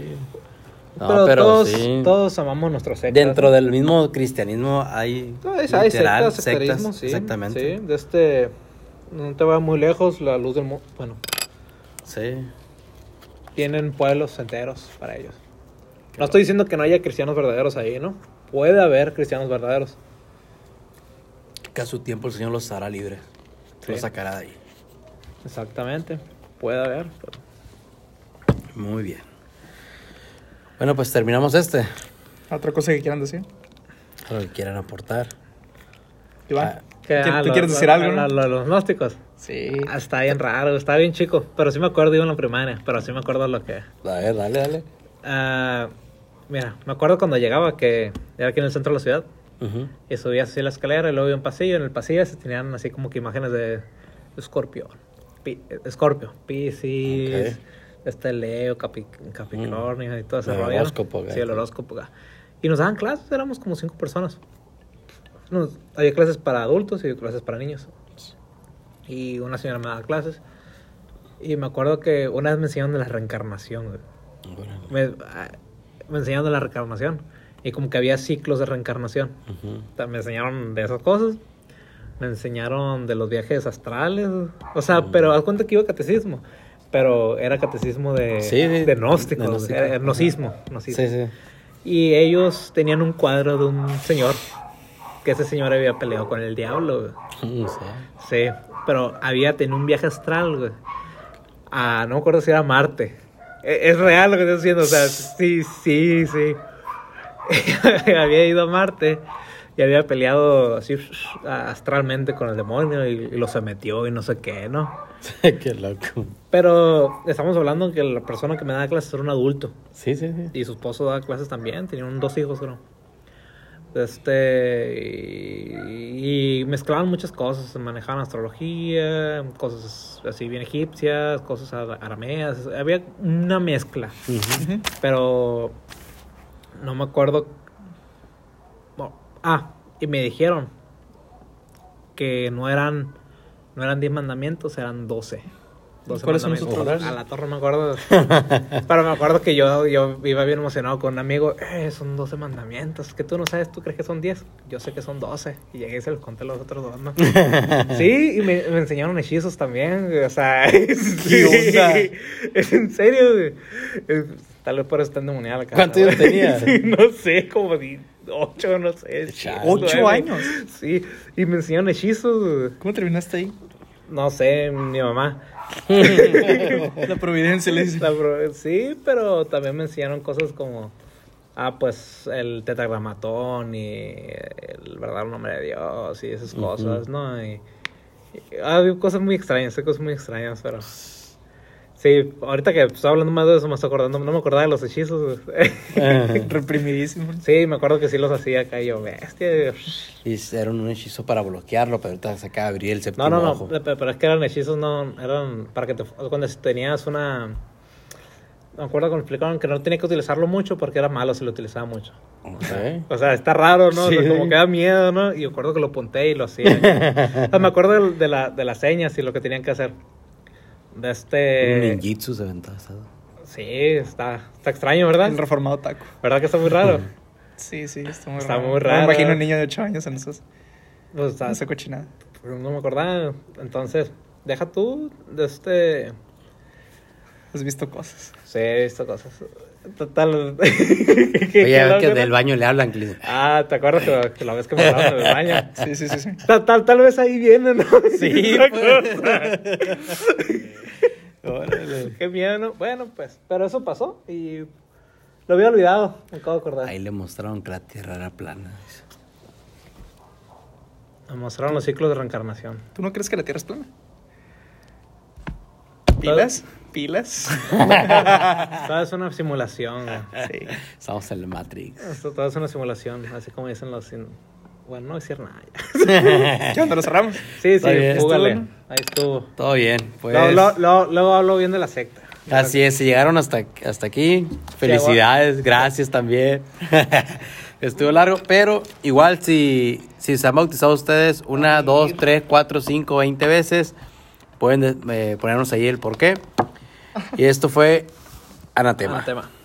S1: No,
S3: pero
S1: pero,
S3: todos,
S1: sí.
S3: todos amamos nuestro secta.
S1: Dentro del mismo cristianismo hay.
S3: No, es- hay
S1: literal,
S3: sectas, sectarismo, sí.
S1: Exactamente.
S3: Sí, de este... No te va muy lejos, la luz del mundo... Bueno,
S1: sí.
S3: tienen pueblos enteros para ellos. No estoy diciendo que no haya cristianos verdaderos ahí, ¿no? Puede haber cristianos verdaderos.
S1: Que a su tiempo el Señor los hará libre.
S3: Sí.
S1: Los sacará de ahí.
S3: Exactamente. Puede haber. pero-
S1: Muy bien. Bueno, pues terminamos este.
S2: ¿Otra cosa que quieran decir?
S1: Lo que quieran aportar.
S2: Iván,
S3: Que,
S2: ¿tú
S3: ah, lo-
S2: quieres
S3: lo-
S2: decir algo?
S3: lo-
S2: no?
S3: lo- los gnósticos.
S2: Sí.
S3: Ah, Está bien raro, está bien chico. Pero sí me acuerdo, iba en la primaria. Pero sí me acuerdo lo que.
S1: A ver, dale, dale.
S3: Ah, mira, me acuerdo cuando llegaba que era aquí en el centro de la ciudad.
S1: Ujú.
S3: Y subía así la escalera y luego había un pasillo. En el pasillo se tenían así como que imágenes de Escorpio. Pi- Escorpio, Pisces, este Leo, Capi- Capricornio y todo ese
S1: El
S3: rollo. ¿no?
S1: horóscopo, güey.
S3: Sí, el horóscopo. güey. Y nos daban clases, éramos como cinco personas. Nos- había clases para adultos y clases para niños. Y una señora me daba clases. Y me acuerdo que una vez me enseñaron de la reencarnación, güey
S1: Órale.
S3: me, ah, me enseñaron de la reencarnación. Y como que había ciclos de reencarnación.
S1: Ujú.
S3: O sea, Me enseñaron de esas cosas. Me enseñaron de los viajes astrales. O sea,
S1: Mm.
S3: pero haz cuenta que iba a catecismo. Pero era catecismo de,
S1: Sí, de-
S3: de gnósticos,
S1: de gnóstico.
S3: era- era gnosismo, gnosismo.
S1: Sí, sí.
S3: Y ellos tenían un cuadro de un señor. Que ese señor había peleado con el diablo. güey.
S1: Mm, sí.
S3: Sí, pero había tenido un viaje astral, güey. Ah, no me acuerdo si era Marte. E- Es, real lo que estoy diciendo, o sea, sí, sí, sí. había ido a Marte y había peleado así astralmente con el demonio y, y lo sometió y no sé qué, ¿no?
S1: Qué loco.
S3: Pero estamos hablando que la persona que me daba clases era un adulto
S1: Sí, sí, sí.
S3: y su esposo daba clases también, tenían dos hijos, creo. Este, y, y mezclaban muchas cosas, manejaban astrología, cosas así bien egipcias, cosas ara- arameas, había una mezcla,
S1: Ujú.
S3: pero No me acuerdo. No. Ah, y me dijeron que no eran no eran 10 mandamientos, eran 12. 12
S2: ¿Cuáles son
S3: mandamientos.
S2: esos otros?
S3: A la torre me acuerdo. Pero me acuerdo que yo, yo iba bien emocionado con un amigo. "Eh, son 12 mandamientos. Que tú no sabes, tú crees que son 10. Yo sé que son 12. Y llegué y se los conté a los otros dos. ¿no? sí, y me, me enseñaron hechizos también. güey, O sea, sí.
S2: onda?
S3: Es en serio. güey. Es- Tal vez por estar endemoniada la cara.
S1: ¿Cuántos años
S3: güey.
S1: tenías?
S3: Sí, no sé, como di- ocho, no sé.
S1: Chale.
S3: siete,
S2: Ocho
S3: nueve.
S2: años.
S3: Sí, y me enseñaron hechizos. güey.
S2: ¿Cómo terminaste ahí?
S3: No sé, mi mamá.
S2: La providencia le dice.
S3: La pro- sí, pero también me enseñaron cosas como, ah, pues el tetragramatón y el verdadero nombre de Dios y esas cosas, ¿no? Y, y- ah, vi cosas muy extrañas, hay cosas muy extrañas, pero... Sí, ahorita que estoy hablando más de eso me estoy acordando, no me acordaba de los hechizos.
S2: Reprimidísimo.
S3: sí, me acuerdo que sí los hacía acá y yo, bestia.
S1: Hicieron un hechizo para bloquearlo, pero ahorita se acaba de abrir el séptimo
S3: No, no, no,
S1: ojo.
S3: pe- pero es que eran hechizos, no, eran para que te, cuando tenías una, me acuerdo que me explicaron que no tenía que utilizarlo mucho porque era malo si lo utilizaba mucho.
S1: Ok.
S3: O sea, está raro, ¿no? O sea,
S1: Sí.
S3: como que da miedo, ¿no? Y me acuerdo que lo apunté y lo hacía. O sea, me acuerdo del- de, la, de las señas y lo que tenían que hacer. De
S1: Un
S3: este...
S1: ninjitsu se aventó. ¿sabes?
S3: Sí, está, está extraño, ¿verdad?
S2: El reformado taco.
S3: ¿Verdad que está muy raro?
S2: Sí, sí, está muy
S3: Está
S2: raro.
S3: muy
S2: No
S3: raro.
S2: Me imagino un niño de 8 años en esos,
S3: Pues, está-
S2: en esa cochinada.
S3: no me acordaba. Entonces, deja tú de este...
S2: Has visto cosas.
S3: Sí, he visto cosas. Total.
S1: Oye, ves que
S3: loco,
S1: del
S3: ¿no?
S1: baño le hablan, que le dicen,
S3: Ah, ¿te acuerdas que, que la vez que me hablaron del baño?
S2: Sí, sí, sí, sí.
S3: Tal, tal, tal vez ahí viene, ¿no?
S1: Sí,
S3: Esa
S1: pues.
S3: cosa. Qué miedo, ¿no? Bueno, pues, pero eso pasó y lo había olvidado, me acabo de acordar.
S1: Ahí le mostraron que la tierra era plana. dice.
S3: Me mostraron los ciclos de reencarnación.
S2: ¿Tú no crees que la Tierra es plana? ¿Pilas? ¿Pilas?
S3: Todo es una simulación. güey.
S2: Sí.
S1: Estamos en la Matrix.
S3: Esto todo es una simulación, así como dicen los... sin- Bueno, no decir nada. ya.
S2: ¿Qué onda? ¿Lo cerramos?
S3: Sí,
S1: Está
S3: sí,
S1: bien.
S3: fúgale.
S2: Estuvo,
S3: Ahí estuvo.
S1: Todo bien, pues.
S3: Luego- luego- luego- luego hablo bien de la secta.
S1: Así es, si llegaron hasta, hasta aquí, felicidades, gracias también. Estuvo largo, pero igual si, si se han bautizado ustedes una, dos, tres, cuatro, cinco, veinte veces, pueden eh, ponernos ahí el por qué. Y esto fue Anatema.
S3: Anatema.